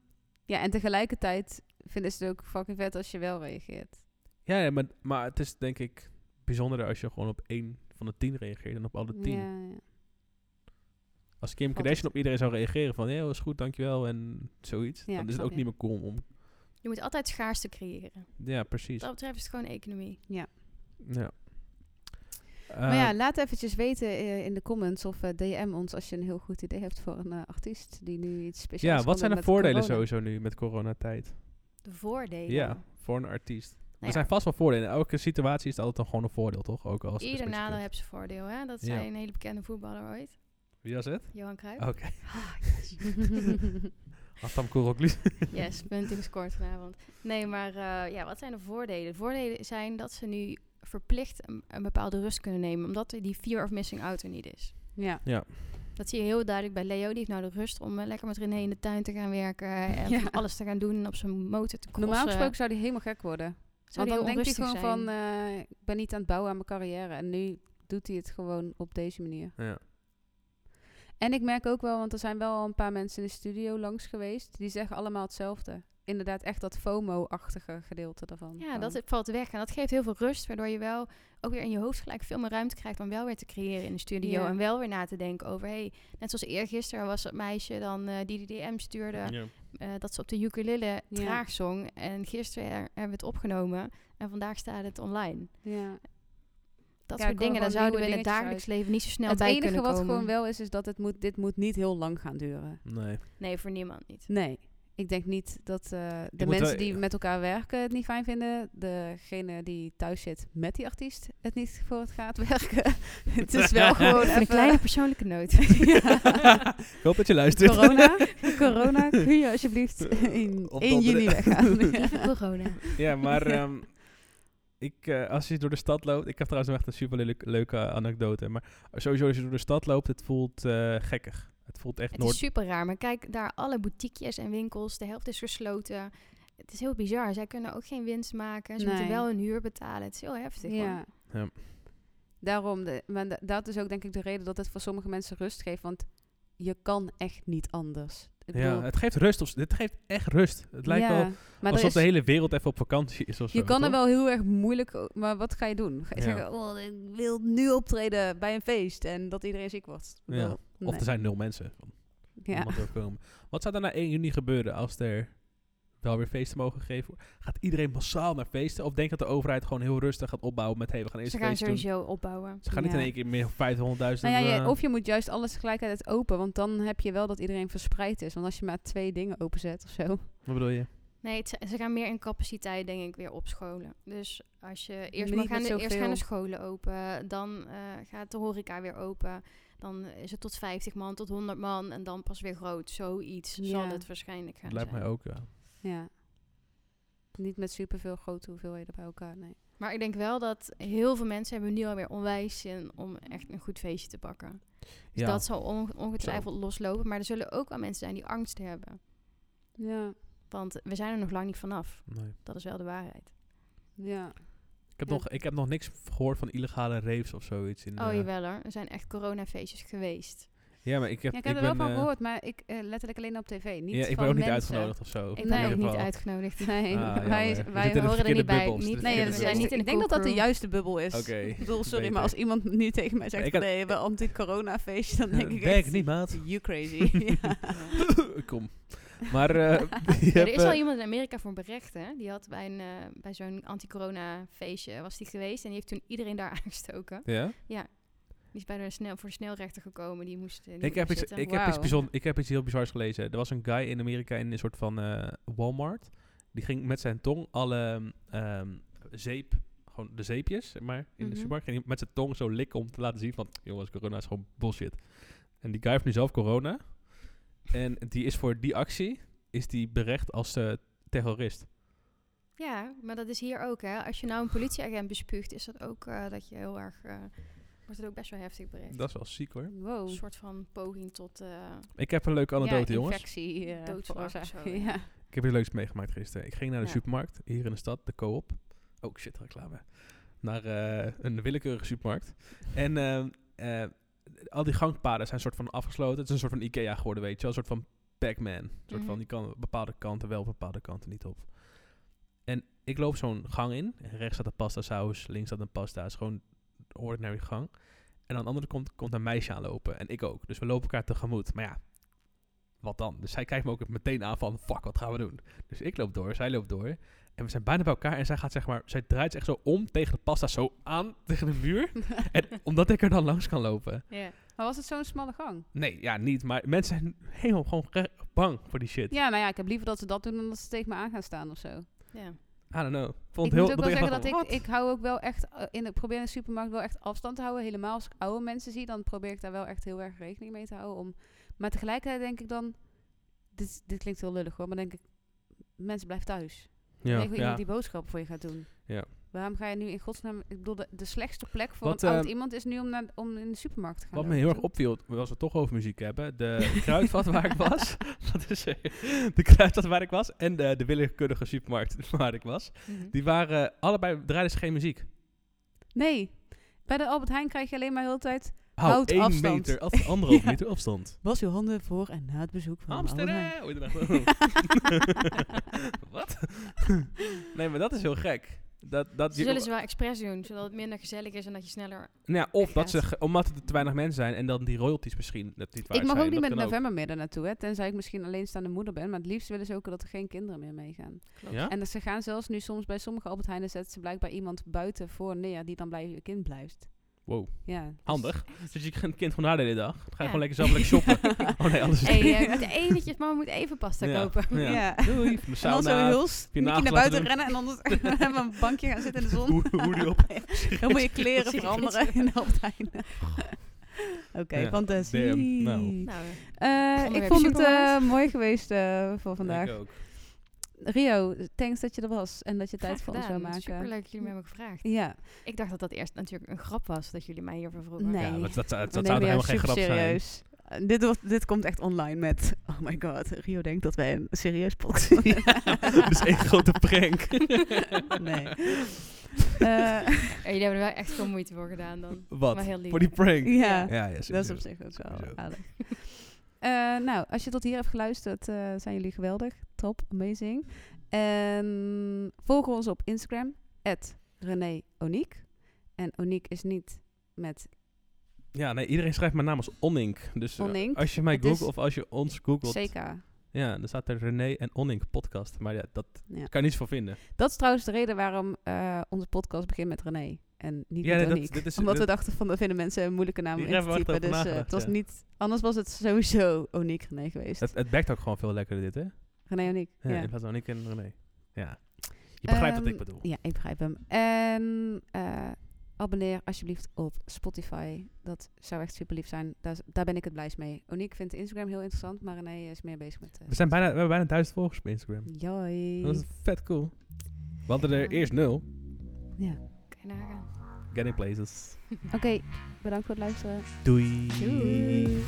Ja, en tegelijkertijd vinden ze het ook fucking vet als je wel reageert.
ja, ja, maar, maar het is denk ik bijzonderder als je gewoon op één van de tien reageert dan op alle tien.
Ja, ja.
Als Kim
Valt
Kardashian op iedereen zou reageren van, ja, is goed, dankjewel en zoiets,
Ja, ik
dan is het
snap
ook
je.
niet meer cool om...
Je moet altijd schaarste creëren.
Ja,
Wat
precies.
dat betreft is het gewoon economie.
Ja.
maar ja,
Eh,
laat eventjes weten eh, in de comments of eh, DM ons als je een heel goed idee hebt voor een eh, artiest die nu iets speciaals
ja, wat
kan
zijn
doen
de
met
voordelen
corona.
sowieso nu met coronatijd?
De voordelen.
Ja, voor een artiest.
ja.
Nou
Er zijn vast wel voordelen. In elke situatie is het altijd dan gewoon een voordeel, toch? Ook als
Ieder
specifiek.
nadeel heeft zijn voordeel. Hè? Dat
Ja.
zei een hele bekende voetballer ooit.
Wie was het?
Johan Cruijff.
Oké. Aftam Kouroglu.
Yes, punten gescoord vanavond. Nee, maar eh, ja, wat zijn de voordelen? De voordelen zijn dat ze nu verplicht een, een bepaalde rust kunnen nemen. Omdat er die fear of missing out er niet is.
ja.
Dat zie je heel duidelijk bij Leo. Die heeft nou de rust om eh, lekker met René in de tuin te gaan werken. En
Ja.
van alles te gaan doen en op zijn motor te crossen.
Normaal gesproken zou die helemaal gek worden.
eh, Zou die
Want dan
heel
denkt hij gewoon
onrustig
van,
zijn.
eh, ik ben niet aan het bouwen aan mijn carrière. En nu doet hij het gewoon op deze manier.
ja.
En ik merk ook wel, want er zijn wel een paar mensen in de studio langs geweest. Die zeggen allemaal hetzelfde. Inderdaad, echt dat FOMO-achtige gedeelte daarvan.
Ja,
Gewoon.
dat valt weg. En dat geeft heel veel rust, waardoor je wel ook weer in je hoofd gelijk veel meer ruimte krijgt om wel weer te creëren in de studio.
Ja.
En wel weer na te denken over, hey, net zoals eergisteren was dat meisje dan eh, die die DM stuurde, eh, dat ze op de ukulele
Ja.
traag zong. En gisteren er- hebben we het opgenomen en vandaag staat het online.
Ja.
Dat
Ja, er
soort
komen
dingen, daar
gewoon
zouden we in
nieuwe
het
dingetjes
dagelijks leven niet zo snel
het
bij
enige
kunnen
wat
komen.
gewoon wel is, is dat het moet, dit moet niet heel lang gaan duren.
Nee.
Nee, voor niemand niet.
Nee. Ik denk niet dat eh, de
moet wel-
mensen die met elkaar werken het niet fijn vinden. Degene die thuis zit met die artiest het niet voor het gaat werken. het is wel gewoon
Even een
even-
kleine persoonlijke noot.
Ja.
Ik hoop dat je luistert.
corona, corona, kun je alsjeblieft in
Eh, Op
1 juli weggaan.
Lieve corona.
Ja, maar ehm, ik, eh, als je door de stad loopt... Ik heb trouwens nog echt een super leuke, anekdote. Maar sowieso als je door de stad loopt, het voelt eh gekkig. Het voelt echt
Het
Noord...
is super raar, maar kijk, daar alle boutiquejes en winkels, de helft is gesloten. Het is heel bizar. Zij kunnen ook geen winst maken. Ze moeten
Nee.
wel hun huur betalen. Het is heel heftig. hoor.
Ja.
Ja.
Daarom, de, maar da- dat is ook denk ik de reden dat het voor sommige mensen rust geeft, want je kan echt niet anders. Ik
Ja,
bedoel,
het geeft rust. Of, dit geeft echt rust. Het lijkt
ja,
wel
maar er
alsof de
is-
hele wereld even op vakantie is of zo.
je kan er
toch?
wel heel erg moeilijk, o- maar wat ga je doen? Ga je
Ja.
zeggen, oh, ik wil nu optreden bij een feest en dat iedereen ziek wordt. Ik
Ja.
bedoel,
Of dus
nee.
er zijn nul mensen.
Ja.
Niemand wil komen. Wat zou er na 1 juni gebeuren als er wel weer feesten mogen gegeven worden? Gaat iedereen massaal naar feesten? Of denk dat de overheid gewoon heel rustig gaat opbouwen met... Hé, hey, we gaan eerst
Ze
een
gaan
feestje doen.
sowieso opbouwen.
Ze gaan niet
Ja.
in één keer meer 500.000...
Nou ja, je-
eh,
of je moet juist alles tegelijkertijd open, want dan heb je wel dat iedereen verspreid is. Want als je maar twee dingen openzet of zo.
Wat bedoel je?
Nee, het- ze gaan meer in capaciteit, denk ik, weer opscholen. Dus als je eerst,
Niet
maar gaan,
met
de, eerst gaan
zoveel.
de scholen open, dan eh, gaat de horeca weer open. Dan is het tot 50 man, tot 100 man en dan pas weer groot. Zoiets zal
Ja.
het waarschijnlijk gaan
Dat lijkt
zijn.
mij ook, ja.
Ja. Niet met superveel grote hoeveelheden bij elkaar, nee.
Maar ik denk wel dat heel veel mensen hebben nu alweer onwijs zin om echt een goed feestje te pakken. Dus
Ja.
dat zal onge- ongetwijfeld loslopen. Maar er zullen ook wel mensen zijn die angst hebben.
Ja,
Want we zijn er nog lang niet vanaf.
Nee.
Dat is wel de waarheid.
ja.
Ik, heb
Ja.
nog, ik heb nog niks gehoord van illegale raves of zoiets. In,
Oh
eh,
jawel hoor, er zijn echt coronafeestjes geweest.
Ja, maar ik heb,
ja ik heb er wel
ben,
van
eh,
gehoord, maar ik eh, letterlijk alleen op tv. Niet
ja, ik
van
ben ook niet
mensen.
uitgenodigd of zo.
Ik
Nee.
ben
In
ook
ieder
niet uitgenodigd.
Nee,
Ah,
wij,
jammer. We
wij
zitten in de
horen er
verkeerde dus
niet bij.
bubbels.
Niet-
Dit is
nee, we
verkeerde
dat
zijn
is-
bubbels.
niet in de
ik denk dat dat de
coolcrew.
juiste bubbel is.
Oké,
Ik bedoel, sorry,
beter.
maar als iemand nu tegen mij zegt,
Ik had-
nee, we hebben anti-corona-feestje, dan denk ik
Denk
echt,
niet, maat.
you crazy. Ja.
Kom. Maar eh, je
Ja, er
hebt,
is al
eh,
iemand in Amerika voor berecht, hè? Die had bij, een, eh, bij zo'n anti-corona feestje was die geweest en die heeft toen iedereen daar aangestoken.
Ja?
Die is bij de snel, voor de snelrechter gekomen. Die moest. eh, die
Ik heb,
moest
iets,
zitten.
ik, heb iets
Wauw.
bijzonder, ik heb iets heel bizars gelezen. Er was een guy in Amerika in een soort van eh, Walmart. Die ging met zijn tong alle ehm, zeep, gewoon de zeepjes, zeg maar, in de
Mhm.
supermarkt. Ging hij met zijn tong zo likken om te laten zien van, jongens, corona is gewoon bullshit. En die guy heeft nu zelf corona. En die is voor die actie, is die berecht als eh, terrorist.
Ja, maar dat is hier ook, hè? Als je nou een politieagent bespuugt, is dat ook eh, dat je heel erg. eh, wordt het ook best wel heftig berecht.
Dat is wel ziek hoor.
Een
Wow.
soort van poging tot. eh,
Ik heb een leuke anekdote,
ja,
jongens.
infectie, eh,
Doodslag
veroorzaken,
of zo, ja.
Ja.
Ik heb iets leuks meegemaakt gisteren. Ik ging naar de
Ja.
supermarkt hier in de stad, de Coop. Oh shit, reclame. Naar eh, een willekeurige supermarkt. En ehm, eh, al die gangpaden zijn soort van afgesloten. Het is een soort van Ikea geworden, weet je wel. Een soort van Pac-Man. Een soort
Mhm.
van die kan bepaalde kanten wel, bepaalde kanten niet op. En ik loop zo'n gang in. En rechts staat een pasta saus, links staat een pasta. Het is gewoon de ordinary gang. En aan de andere kant komt een meisje aanlopen. En ik ook. Dus we lopen elkaar tegemoet. Maar ja, wat dan? Dus zij kijkt me ook meteen aan van, fuck, wat gaan we doen? Dus ik loop door, zij loopt door. En we zijn bijna bij elkaar. En zij gaat zeg maar, zij draait zich echt zo om tegen de pasta. Zo aan tegen de muur. en omdat ik er dan langs kan lopen.
Maar was het zo'n smalle gang?
Nee, ja, niet. Maar mensen zijn helemaal gewoon re- bang voor die shit.
Ja, nou ja, ik heb liever dat ze dat doen dan dat ze tegen me aan gaan staan of zo.
ja.
I don't know. Vond
ik
heel,
moet ook wel
ik
zeggen
dacht
dat ik,
van,
ik hou ook wel echt, eh, in de, probeer in de supermarkt wel echt afstand te houden. Helemaal als ik oude mensen zie, dan probeer ik daar wel echt heel erg rekening mee te houden. Om, maar tegelijkertijd denk ik dan, dit, is- dit klinkt heel lullig hoor, maar denk ik, mensen blijf thuis.
Ja,
Regel
ja.
iemand die boodschappen voor je gaat doen.
Ja.
Waarom ga je nu in godsnaam, ik bedoel, de, de slechtste plek voor
Wat,
een oud
ehm,
iemand is nu om, naar, om in de supermarkt te gaan
Wat me
lopen,
heel erg
toch?
opviel, was we het toch over muziek hebben. De kruidvat waar ik was. Dat is eh, de kruidvat waar ik was. En de, de willekeurige supermarkt waar ik was.
Mhm.
Die waren allebei, draaiden ze geen muziek.
Nee, bij de Albert Heijn krijg je alleen maar heel de tijd...
Hou
Houd
één
afstand.
meter, af, anderhalf
Ja.
meter afstand.
Was uw handen voor en na het bezoek van
Amsterdam! Oh, inderdaad. Wat? nee, maar dat is heel gek. Dat, dat
Ze zullen ze wel expres doen, zodat het minder gezellig is en dat je sneller.
nou ja, of dat ze,
weggaat.
ge- omdat er te weinig mensen zijn en dan die royalties misschien dat niet waard
Ik mag
zijn,
ook niet
dat
met
nou kan
november meer daar naartoe, hè, tenzij ik misschien alleenstaande moeder ben. Maar het liefst willen ze ook dat er geen kinderen meer meegaan.
Ja?
En dat ze gaan zelfs nu soms bij sommige Albert Heijnen zetten ze blijkbaar iemand buiten voor neer die dan bij je kind blijft.
Wow,
Ja. dus-
handig. Dus je kunt kind gewoon na de hele dag. Dan ga je
Ja.
gewoon lekker zelf lekker shoppen. Oh nee, anders is
Hey, eh, moet eventjes, mama moet even pasta
Ja.
kopen.
Ja.
Ja.
Doei, mijn
En dan zo
sauna.
heel
nagels
sneaky naar
laten
buiten
doen.
rennen en dan hebben een bankje gaan zitten in de zon.
Hoe- hoodie op.
dan moet je kleren veranderen in de Albert Heijn. Oké,
Ja,
fantasie.
damn. Nou.
Nou, eh,
Eh, ik
Onderwerp
vond het eh,
supermarkt.
mooi geweest eh, voor vandaag.
Ik ook.
Rio, thanks dat je er was en dat je tijd
graag
voor ons
gedaan.
zou maken.
Superleuk dat jullie me hebben gevraagd.
Ja,
Ik dacht dat dat eerst natuurlijk een grap was dat jullie mij hiervoor vroegen.
Nee.
Ja, dat, dat, dat,
we
zou toch
nemen jou
helemaal geen grap zijn.
superserieus. Eh, dit, wordt, dit komt echt online met, oh my god, Rio denkt dat wij een serieus podcast zijn.
Dat is één grote prank.
nee. Eh,
En jullie hebben er wel echt veel moeite voor gedaan dan.
Wat?
Maar heel lief.
Voor die prank.
ja,
Ja, ja,
dat is
zeker.
op zich ook wel
Sowieso.
aardig. Eh, nou, als je tot hier hebt geluisterd, eh, zijn jullie geweldig. Top, amazing. En volg ons op Instagram, at René Oniek. En Oniek is niet met
Ja, nee, iedereen schrijft mijn naam als Onink. Dus eh,
Onink.
als je mij
Het is-
googelt of als je ons googelt,
Zeker.
ja, dan staat er René en Onink podcast. Maar ja, dat
Ja.
kan je niets van vinden.
Dat is trouwens de reden waarom eh, onze podcast begint met René. En niet
Ja,
met
nee, dat-
Oniek.
dit is-
Omdat
dit-
we dachten van, dan vinden mensen een moeilijke naam
Hier
in te
hebben we echt
typen. Dus
over
eh,
nagedacht,
het was
ja.
niet... Anders was het sowieso Oniek René geweest.
Het, het backt ook gewoon veel lekkerder dit, hè?
René Oniek.
Ja,
ja.
In plaats van Onink en René. Ja. Je begrijpt wat ik
Ehm,
bedoel.
Ja, ik begrijp hem. En eh, abonneer alsjeblieft op Spotify. Dat zou echt super lief zijn. Daar, daar ben ik het blijst mee. Oniek vindt Instagram heel interessant, maar René is meer bezig met... eh,
We, zijn bijna, we hebben bijna duizend volgers op Instagram.
Joi.
Dat is vet cool. We hadden er
Ja.
eerst nul.
Kan je nagaan.
Getting places.
Oké, bedankt voor het luisteren.
Doei.
Doei.